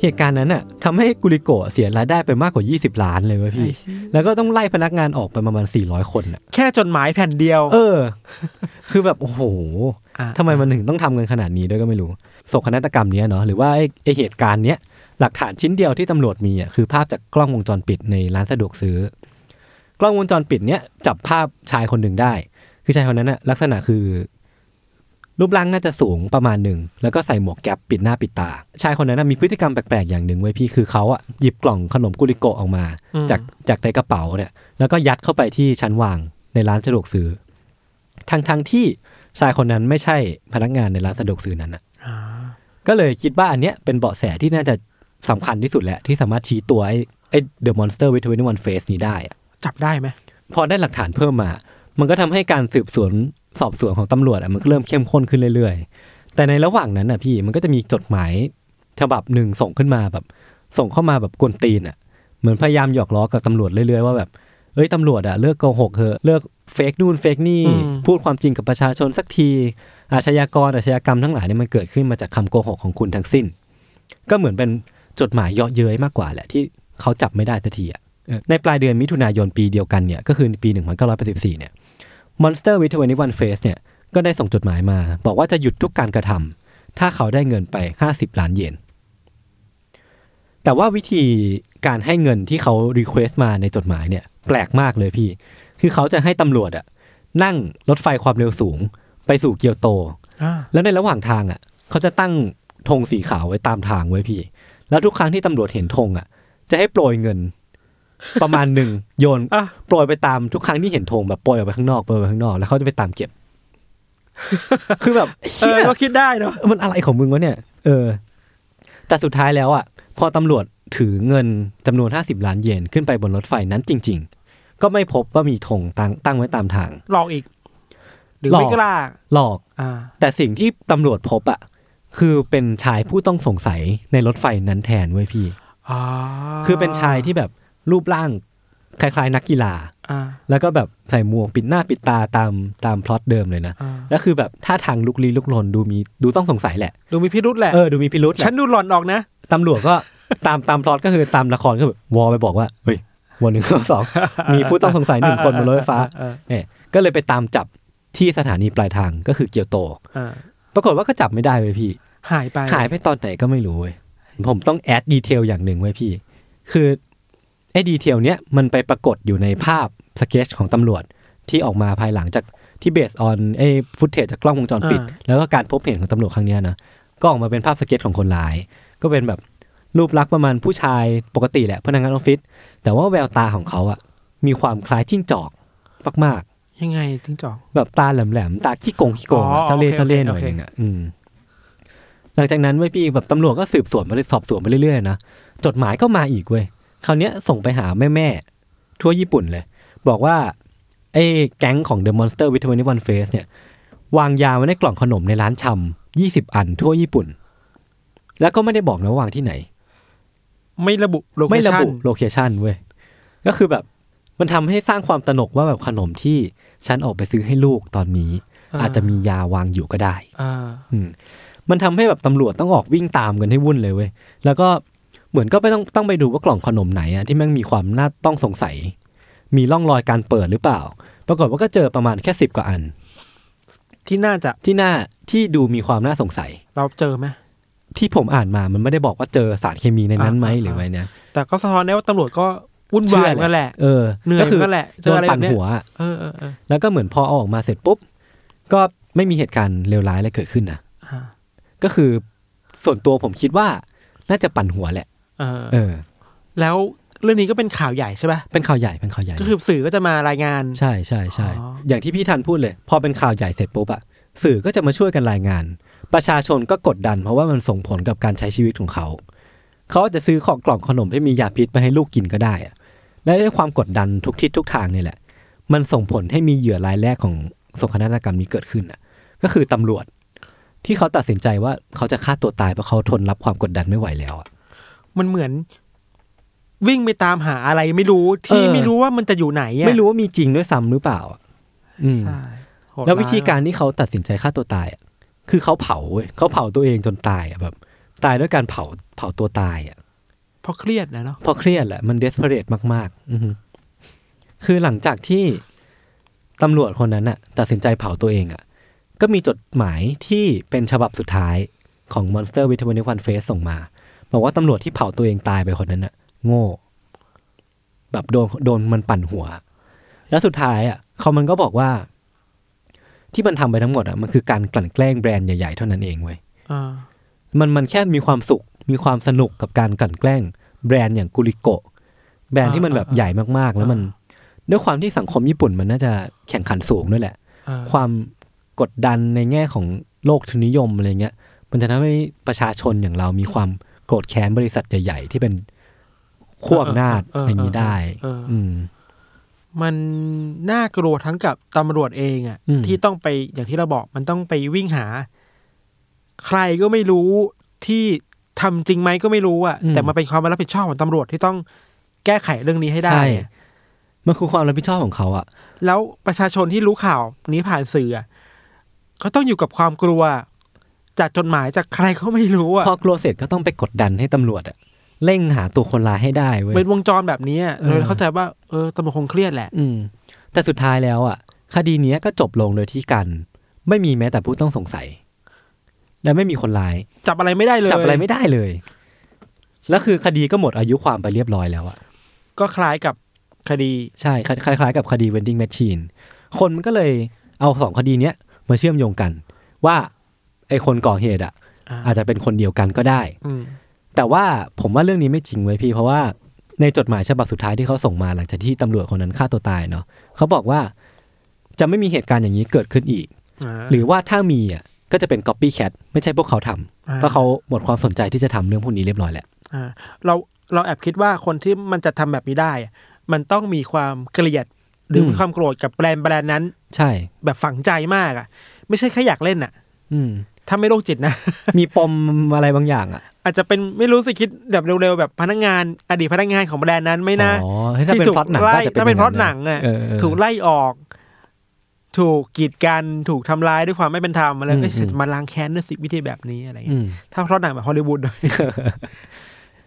B: เหตุการณ์นั้นน่ะทำให้กุลิโกะเสียรายได้ไปมากกว่า 20 ล้านเลยเว้ยพี่ แล้วก็ต้องไล่พนักงานออกไปประมาณ 400 คนน่ะ
C: แค่จดหมายแผ่นเดียว
B: เออ คือแบบ โอ้โห
C: ะ
B: ทำไมมันถึงต้องทำกันขนาดนี้ด้วยก็ไม่รู้โศกนาฏกรรมเนี้ยเนาะ หรือว่าไอ้ไอ้เหตุการณ์เนี้ย หลักฐานชิ้นเดียวที่ตำรวจมีอ่ะ คือภาพจากกล้องวงจรปิดในร้านสะดวกซื้อ กล้องวงจรปิดเนี้ยจับภาพชายคนหนึ่งได้ คือชายคนนั้นน่ะลักษณะคือ รูปร่างน่าจะสูงประมาณหนึ่ง แล้วก็ใส่หมวกแก๊ปปิดหน้าปิดตา ชายคนนั้นนะมีพฤติกรรมแปลกๆอย่างหนึ่งไว้ยพี่ คือเขาอ่ะหยิบกล่องขนมกุลิโกะออกมา
C: อืม
B: จากจากในกระเป๋าเนี่ยแล้วก็ยัดเข้าไปที่ชั้นวางในร้านสะดวกซื้อทั้งทั้งที่ชายคนนั้นไม่ใช่พนักงานในร้านสะดวกซื้อนั้นน่ะ
C: อ่า
B: ก็เลยคิดว่าอันเนี้ยเป็นเบาะแสที่น่าจะสำคัญที่สุดแหละที่สามารถชี้ตัวไอ้ไอ้เดอะมอนสเตอร์วิทเวนวันเฟสนี้ได้อะ
C: จับได้ไหม
B: พอได้หลักฐานเพิ่มมา มันก็ทำให้การสืบสวนสอบสวนของตำรวจอะมันก็เริ่มเข้มข้นขึ้นเรื่อยๆ แต่ในระหว่างนั้นน่ะพี่มันก็จะมีจดหมายฉบับหนึ่งส่งขึ้นมาแบบ ส่งเข้ามาแบบกวนตีนอ่ะ เหมือนพยายามหยอกล้อกับตำรวจเรื่อยๆว่าแบบ เอ้ยตำรวจอ่ะเลิกโกหกเถอะเลิกเฟกนู่นเฟกนี่ พูดความจริงกับประชาชนสักที อาชญากรอาชญากรรมทั้งหลายเนี่ยมันเกิดขึ้นมาจากคำโกหกของคุณทั้งสิ้น ก็เหมือนเป็นจดหมายเยาะเย้ยมากกว่าแหละที่เขาจับไม่ได้สักทีอ่ะเออในปลายเดือนมิถุนายนปีเดียวกันเนี่ยก็คือปี 1984เนี่ย Monster with 21 Face เนี่ยก็ได้ส่งจดหมายมา บอกว่าจะหยุดทุกการกระทำถ้าเขาได้เงินไป 50 ล้านเยน แต่ว่าวิธีการให้เงินที่เขารีเควสต์มาในจดหมายเนี่ยแปลกมากเลยพี่ คือเขาจะให้ตำรวจอะนั่งรถไฟความเร็วสูง ไปสู่เกียวโต
C: อ่า
B: แล้วในระหว่างทางอะเขาจะตั้งธงสีขาวไว้ตามทางไว้พี่ แล้วทุกครั้งที่ตำรวจเห็นธงอะจะให้โปรยเงิน ประมาณหนึ่งโยน
C: อ่ะ
B: โปรยไปตามทุกครั้งที่เห็นธงแบบโปรยออกไปข้างนอกโปรยออกไปข้างนอกแล้วเขาจะไปตามเก็บ คือแบบ
C: เอ
B: เฮี
C: อย ก็คิดได้เนาะ
B: มันอะไรของมึงวะเนี่ย เออ แต่สุดท้ายแล้วอ่ะ พอตำรวจถือเงินจำนวน 50 ล้านเยนขึ้นไปบนรถไฟนั้นจริง ๆ ก็ไม่พบว่ามีธงตั้งตั้งไว้ตามทาง
C: หลอกอีก หรือ
B: หลอก
C: ไม่กล้า
B: หลอก
C: อ่า
B: แต่สิ่งที่ตำรวจพบอ่ะ คือเป็นชายผู้ต้องสงสัยในรถไฟนั้นแทนเว้ยพี่
C: อ๋อ
B: คือเป็นชายที่แบบรูปร่างคล้ายๆ นักกีฬา
C: อ่า
B: แล้วก็แบบใส่หมวกปิดหน้าปิดตาตามตามพล็อตเดิมเลยนะ
C: อ่า
B: แล้วคือแบบท่าทางลุกลี้ลุกลนดูมีดูต้องสงสัยแหละ
C: ดูมีพิรุษแหละ
B: เออดูมีพิรุษแห
C: ฉั
B: ละ
C: นดูหลอนออกนะ
B: ตำรวจก็ ตามตามพล็อตก็คือตามละครก็แบบวอลไปบอกว่าเฮ้ยวันหนึ่งวันสอง มีผู้ต้องสงสัยหนึ่งคนบนรถไฟฟ้า
C: เออ
B: เนี่ยก็เลยไปตามจับที่สถานีปลายทางก็คือเกียวโต
C: เออ
B: ปรากฏว่าก็จับไม่ได้เว้ยพี่
C: หายไป
B: หายไปตอนไหนก็ไม่รู้เว้ยผมต้องแอดดีเทลอย่างหนึ่งไว้ยพี่ คือไอ้ดีเทลเนี้ยมันไปปรากฏอยู่ในภาพสเกจของตำรวจที่ออกมาภายหลังจากที่เบสออนไอ้ฟุตเทจจากกล้องวงจรปิด แล้วก็การพบเห็นของตำรวจครั้งเนี้ยนะ ก็ออกมาเป็นภาพสเก็ตของคนร้าย ก็เป็นแบบรูปลักษณ์ประมาณผู้ชายปกติแหละพนักงานออฟฟิศแต่ว่าแววตาของเขาอะมีความคล้ายจิ้งจอกมากๆ
C: ยังไงทิ้งจอก
B: แบบตาแหลมๆ ตาขี้โกงขี้โกงอะ
C: อ๋อ
B: เจ้าเล่ห์
C: โอ
B: เจ้า
C: เค
B: เล่ห์ห
C: โอ
B: น่อย
C: เค
B: หนึงอ่ะอืมหลังจากนั้นเว้ยพี่แบบตำรวจก็สืบสวนไปเรื่อยสอบสวนไปเรื่อยๆนะจดหมายก็มาอีกเว้ยคราวเนี้ยส่งไปหาแม่ๆ ทั่วญี่ปุ่นเลย บอกว่าไอ้แก๊งของ The Monster with 21 Face เนี่ย วางยาไว้ในกล่องขนมในร้านชำ20 อันทั่วญี่ปุ่น แล้วก็ไม่ได้บอกนะว่าวางที่ไหน
C: ไม่ระบุโลเค
B: ไม่ระ
C: ชั่น
B: บุโลเคชันเว้ย ก็คือแบบมันทำให้สร้างความตระหนกว่าแบบขนมที่ฉันออกไปซื้อให้ลูกตอนนี้ อาจจะมียาวางอยู่ก็ได้
C: เออ
B: อืมมันทำให้แบบตำรวจต้องออกวิ่งตามกันให้วุ่นเลยเว้ย แล้วก็เหมือนก็ไปต้องต้องไปดูว่ากล่องขนมไหนอะที่แม่งมีความน่าต้องสงสัย มีร่องรอยการเปิดหรือเปล่า ปรากฏว่าก็เจอประมาณแค่สิบกว่าอัน
C: ที่น่าจะ
B: ที่น่าที่ดูมีความน่าสงสัย
C: เราเจอไหม
B: ที่ผมอ่านมามันไม่ได้บอกว่าเจอสารเคมีในนั้นไหม
C: อ่า
B: หรือไงเนี่ย
C: แต่ก็สะท้อนได้ว่าตำรวจก็วุ่นวายเหมือนกันแหละ
B: เออ
C: เหนื่อย
B: ก็คือ
C: เหมือนกันแหละเจ
B: โด
C: อน อะไร
B: ปั่น
C: แบบเนี้ย
B: หัวอะ
C: เออเออเออ
B: แล้วก็เหมือนพอเอาออกมาเสร็จปุ๊บ ก็ไม่มีเหตุการณ์เลวร้ายอะไรเกิดขึ้นนะ
C: อ่า
B: ก็คือส่วนตัวผมคิดว่าน่าจะปั่นหัวแหละ
C: เออ
B: เออ
C: แล้วเรื่องนี้ก็เป็นข่าวใหญ่ใช่ป่ะ
B: เป็นข่าวใหญ่เป็นข่าวใหญ่
C: ก็คือสื่อก็จะมารายงาน
B: ใช่ใช่ใช่
C: อ๋ออ
B: อย่างที่พี่ทันพูดเลย พอเป็นข่าวใหญ่เสร็จปุ๊บอะสื่อก็จะมาช่วยกันรายงาน ประชาชนก็กดดัน เพราะว่ามันส่งผลกับการใช้ชีวิตของเขา เขาอาจจะซื้อของกล่องขนมที่มียาพิษไปให้ลูกกินก็ได้อะและด้วยความกดดันทุกทิศทุกทางนี่แหละ มันส่งผลให้มีเหยื่อรายแรกของโศกนาฏกรรมนี้เกิดขึ้นอะก็คือตำรวจ ที่เขาตัดสินใจว่าเขาจะฆ่าตัวตายเพราะเขาทนรับความกดดันไม่ไหวแล้วอะ
C: มันเหมือน วิ่งไปตามหาอะไรไม่รู้ที่
B: เออ
C: ไม่รู้ว่ามันจะอยู่ไหนอะ
B: ไม่รู้ว่ามีจริงด้วยซ้ำหรือเปล่าอะอืม
C: ใช่โหด
B: แล้ววิธี
C: ยม
B: การที่เขาตัดสินใจฆ่าตัวตายอะคือเขาเผาเว้ยเขาเผาตัวเองจนตายอะแบบ ตายด้วยการเผาเผาตัวตายอ่ะ
C: เพราะเครียดนะเนาะ
B: เพราะเครียดแหละมันเดสเพรสมากๆอือฮึคือหลังจากที่ตำรวจคนนั้นอะตัดสินใจเผาตัวเองอะก็มีจดหมายที่เป็นฉบับสุดท้ายของ Monster with 21 Face ส่งมา บอกว่าตำรวจที่เผาตัวเองตายไปคนนั้นอะโง่ แบบโดนโดนมันปั่นหัว แล้วสุดท้ายอ่ะเขามันก็บอกว่า ที่มันทำไปทั้งหมดอ่ะมันคือการกลั่นแกล้งแบรนด์ใหญ่ๆเท่านั้นเองเว้ย
C: อ่า
B: มันมันแค่มีความสุข มีความสนุกกับการกลั่นแกล้ง แบรนด์อย่างกุลิโกะแบรนด์ที่มันแบบใหญ่มากๆ แล้วมัน ด้วยความที่สังคมญี่ปุ่นมันน่าจะแข่งขันสูงด้วยแหละ
C: อ่า
B: ความกดดันในแง่ของโลกทุนนิยมอะไรเงี้ย มันจะทำให้ประชาชนอย่างเรามีความโกรธแค้นบริษัทใหญ่ ๆ ที่เป็นขั้วอำนาจอย่างนี้ได้
C: เออ
B: อืม
C: มันน่ากลัวทั้งกับตำรวจเองอะ
B: อืม
C: ที่ต้องไปอย่างที่เราบอก มันต้องไปวิ่งหา ใครก็ไม่รู้ที่ทำจริงไหมก็ไม่รู้อะแต่มันเป็นความรับผิดชอบของตำรวจที่ต้องแก้ไขเรื่องนี้ให้ได้
B: ใช่ มันคือความรับผิดชอบของเขาอะ
C: แล้วประชาชนที่รู้ข่าวนี้ผ่านสื่ออะเขาต้องอยู่กับความกลัว จากจดหมายจากใครก็ไม่รู้อะ
B: พอกลัวเสร็จก็ต้องไปกดดันให้ตำรวจอะเร่งหาตัวคนร้ายให้ได้เว้ย
C: เป็นวงจรแบบนี้อะ
B: เออ
C: เลยเข้าใจว่าเออตำรวจคงเครียดแหละ
B: อืม แต่สุดท้ายแล้วอะคดีเนี้ยก็จบลงโดยที่กัน ไม่มีแม้แต่ผู้ต้องสงสัย และไม่มีคนร้าย
C: จับอะไรไม่ได้เลย
B: จับอะไรไม่ได้เลย แล้วคือคดีก็หมดอายุความไปเรียบร้อยแล้วอะ
C: ก็คล้ายกับคดี
B: ใช่คล้ายคล้ายๆกับคดี vending machine คนมันก็เลยเอาสองคดีเนี้ยมาเชื่อมโยงกัน ว่าไอคนก่อเหตุอะอาจจะเป็นคนเดียวกันก็ได้
C: อืม
B: แต่ว่าผมว่าเรื่องนี้ไม่จริงไว้ยพี่ เพราะว่าในจดหมายฉบับสุดท้ายที่เขาส่งมาหลังจากที่ตำรวจคนนั้นฆ่าตัวตายเนาะเขาบอกว่าจะไม่มีเหตุการณ์อย่างนี้เกิดขึ้นอีก หรือว่าถ้ามีอ่ะก็จะเป็น copy cat ไม่ใช่พวกเขาทำเพราะเขาหมดความสนใจที่จะทำเรื่องพวกนี้เรียบร้อยแล้ว
C: อ่าเราเราแอบคิดว่าคนที่มันจะทำแบบนี้ได้อะมันต้องมีความเกลียด หรืออ
B: ม
C: มีความโกรธกับแบรนด์แบรนด์นั้น
B: ใช่
C: แบบฝังใจมากอ่ะ ไม่ใช่แค่อยากเล่นอ่ะ
B: อื ม
C: ถ้าไม่โรคจิตนะ
B: มีปมอะไรบางอย่างอ่ะ
C: อาจจะเป็นไม่รู้สิคิดแบบเร็วๆแบบพนักงาน อดีตพนักงานของแบรนด์นั้นไม่นะ
B: อ๋อเฮ้ยถ้าเป็น
C: ที่ถู
B: พล็อตหนัง
C: ไล่
B: จะ
C: ถ้าเป็นเพราะหนัง
B: ย่า
C: อ่ะ
B: เเ
C: ถูกไล่ออก ถูกกีดกันถูกทำร้ายด้วยความไม่เป็นธรรมอะไร
B: อืม
C: ก็จะ
B: อืม
C: มาล้างแค้นด้วยสิวิธีแบบนี้อะไรอย่าง
B: อื
C: เงี้ย
B: ม
C: ถ้าเพราะหนังแบบฮอลลีวูดด้วย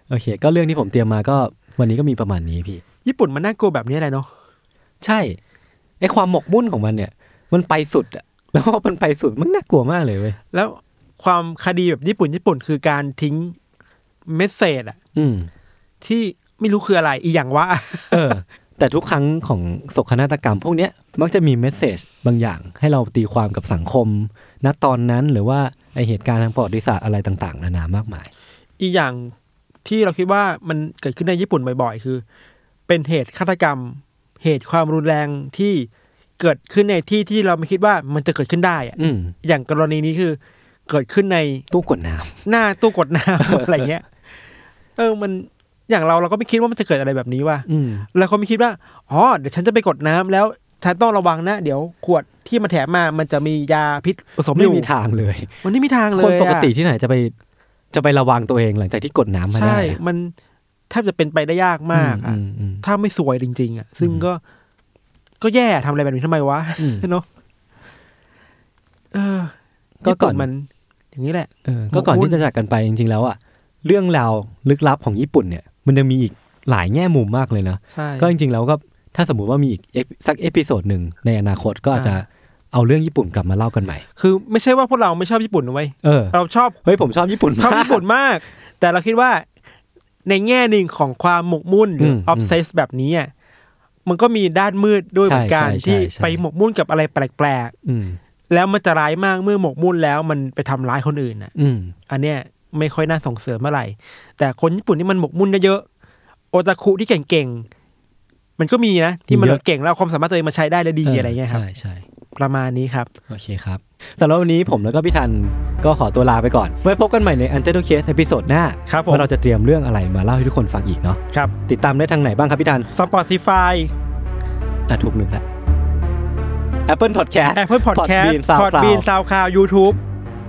B: โอเค ก็เรื่องที่ผมเตรียมมาก็วันนี้ก็มีประมาณนี้พี่
C: ญี่ปุ่นมันน่ากลัวแบบนี้อะไรเนาะ
B: ใช่ไอความหมกมุ่นของมันเนี่ย มันไปสุดอะ แล้วพอมันไปสุดมันน่ากลัวมากเลยเว้ย
C: แล้วความคดีแบบญี่ปุ่นญี่ปุ่นคือการทิ้งเมสเซจอะ
B: อืม
C: ที่ไม่รู้คืออะไร อีกอย่างว่า
B: เออ แต่ทุกครั้งของโศกนาฏกรรมพวกเนี้ยมักจะมีเมสเซจบางอย่าง ให้เราตีความกับสังคม ณตอนนั้นหรือว่าไอเหตุการณ์ทางประวัติศาสตร์อะไรต่างๆนานามากมาย
C: อีกอย่างที่เราคิดว่ามันเกิดขึ้นในญี่ปุ่นบ่อยๆ คือ เป็นเหตุฆาตกรรม เหตุความรุนแรงที่เกิดขึ้นในที่ที่เราไม่คิดว่ามันจะเกิดขึ้นได้อะ
B: อืม
C: อย่างกรณีนี้คือเกิดขึ้นใน
B: ตู้กดน้
C: หน้าตู้กดน้ำ อะไรเงี้ยเออมันอย่างเราเราก็ไม่คิดว่ามันจะเกิดอะไรแบบนี้ว่ะ
B: ำอืม
C: แล้วเขาไม่คิดว่า อ๋อ เดี๋ยวฉันจะไปกดน้ำแล้ว ฉันต้องระวังนะ เดี๋ยวขวดที่มันแถมมา มันจะมียาพิษผสมอ
B: ไม่
C: ยู่
B: มีทางเลย
C: มันไม่มีทางเลย
B: คนปกติ
C: อะ
B: ที่ไหนจะไปจะไประวังตัวเองหลังจากที่กดน้ำมาได้
C: ใช่ มันแทบจะเป็นไปได้ยากมาก
B: อื
C: อะ
B: มอืม
C: ถ้าไม่สวยจริง ๆอะซึ่ง
B: อืม
C: ก็ ก็แย่ทำอะไรแบบนี้ทำไมวะ
B: อืม
C: เนาะเออ
B: ก็ก่อน
C: ญี่ปุ่มัน อย่างนี้แหละ
B: เออก็ก่อน
C: หมกมุ่น
B: ที่จะจากกันไปจริง ๆ แล้วอะเรื่องราวลึกลับของญี่ปุ่นเนี่ย มันยังมีอีกหลายแง่มุมมากเลยนะ
C: ใช่
B: ก็จริงๆแล้วก็ถ้าสมมุติว่ามีอีกเอพิสักเอพิโซดหนึ่งในอนาคตก็อาจจะ เอาเรื่องญี่ปุ่นกลับมาเล่ากันใหม่
C: คือไม่ใช่ว่าพวกเราไม่ชอบญี่ปุ่นนะเว้ย
B: เออ
C: เราชอบ
B: เฮ้ยผมชอบญี่ปุ่น
C: ชอบ
B: มาก
C: ญี่ปุ่นมาก แต่เราคิดว่าในแง่หนึ่งของความหมกมุ่นหรือ
B: ม
C: ออฟเซสแบบนี้อ่ะมันก็มีด้านมืดด้วยเหมือนกัน
B: ใช่ใช่
C: ที่
B: ใช่
C: ไปหมกมุ่นกับอะไรแปลก
B: อืม
C: ๆแล้วมันจะร้ายมากเมื่อหมกมุ่นแล้วมันไปทำร้ายคนอื่นน่ะ
B: อืม
C: อันเนี้ยไม่ค่อยน่าส่งเสริมเมื่อไหร่ แต่คนญี่ปุ่นนี่มันหมกมุ่นเยอะๆโอตาคุที่เก่งๆ มันก็มีนะ ที่มัน
B: เยอะ
C: เก่งแล้วเอาความสามารถตัวเองมาใช้ได้และดีอะไรเงี้ยครับ
B: ใช่ใช่
C: ประมาณนี้ครับ
B: โอเคครับสำหรับวันนี้ผมแล้วก็พี่ทันก็ขอตัวลาไปก่อน ไว้พบกันใหม่ใน u n t e r t a l e Case ตอนหน้า
C: ครับผม
B: ว่าเราจะเตรียมเรื่องอะไรมาเล่าให้ทุกคนฟังอีกเนาะ
C: ครับ
B: ติดตามได้ทางไหนบ้างครับพี่ทัน
C: Spotify
B: อ่ะถูกหนึ่งละ Apple Podcast
C: Apple Podcast
B: Podbean SoundCloud
C: Podbean SoundCloud YouTube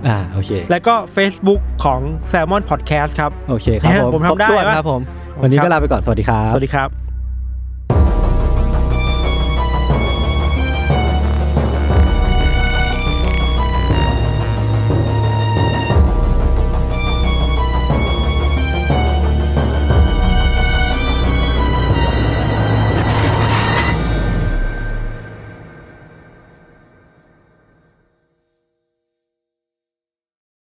B: อ่าโอเค
C: แล้วก็ Facebook ของ Salmon Podcast ครับ
B: โอเคครับผม
C: ผมทำได้
B: ครบถ้วน
C: ปะ
B: ครับผม วันนี้
C: ครั
B: ก็
C: บ
B: ลาไปก่อนสวัสดีครับ
C: สวัสดีครับ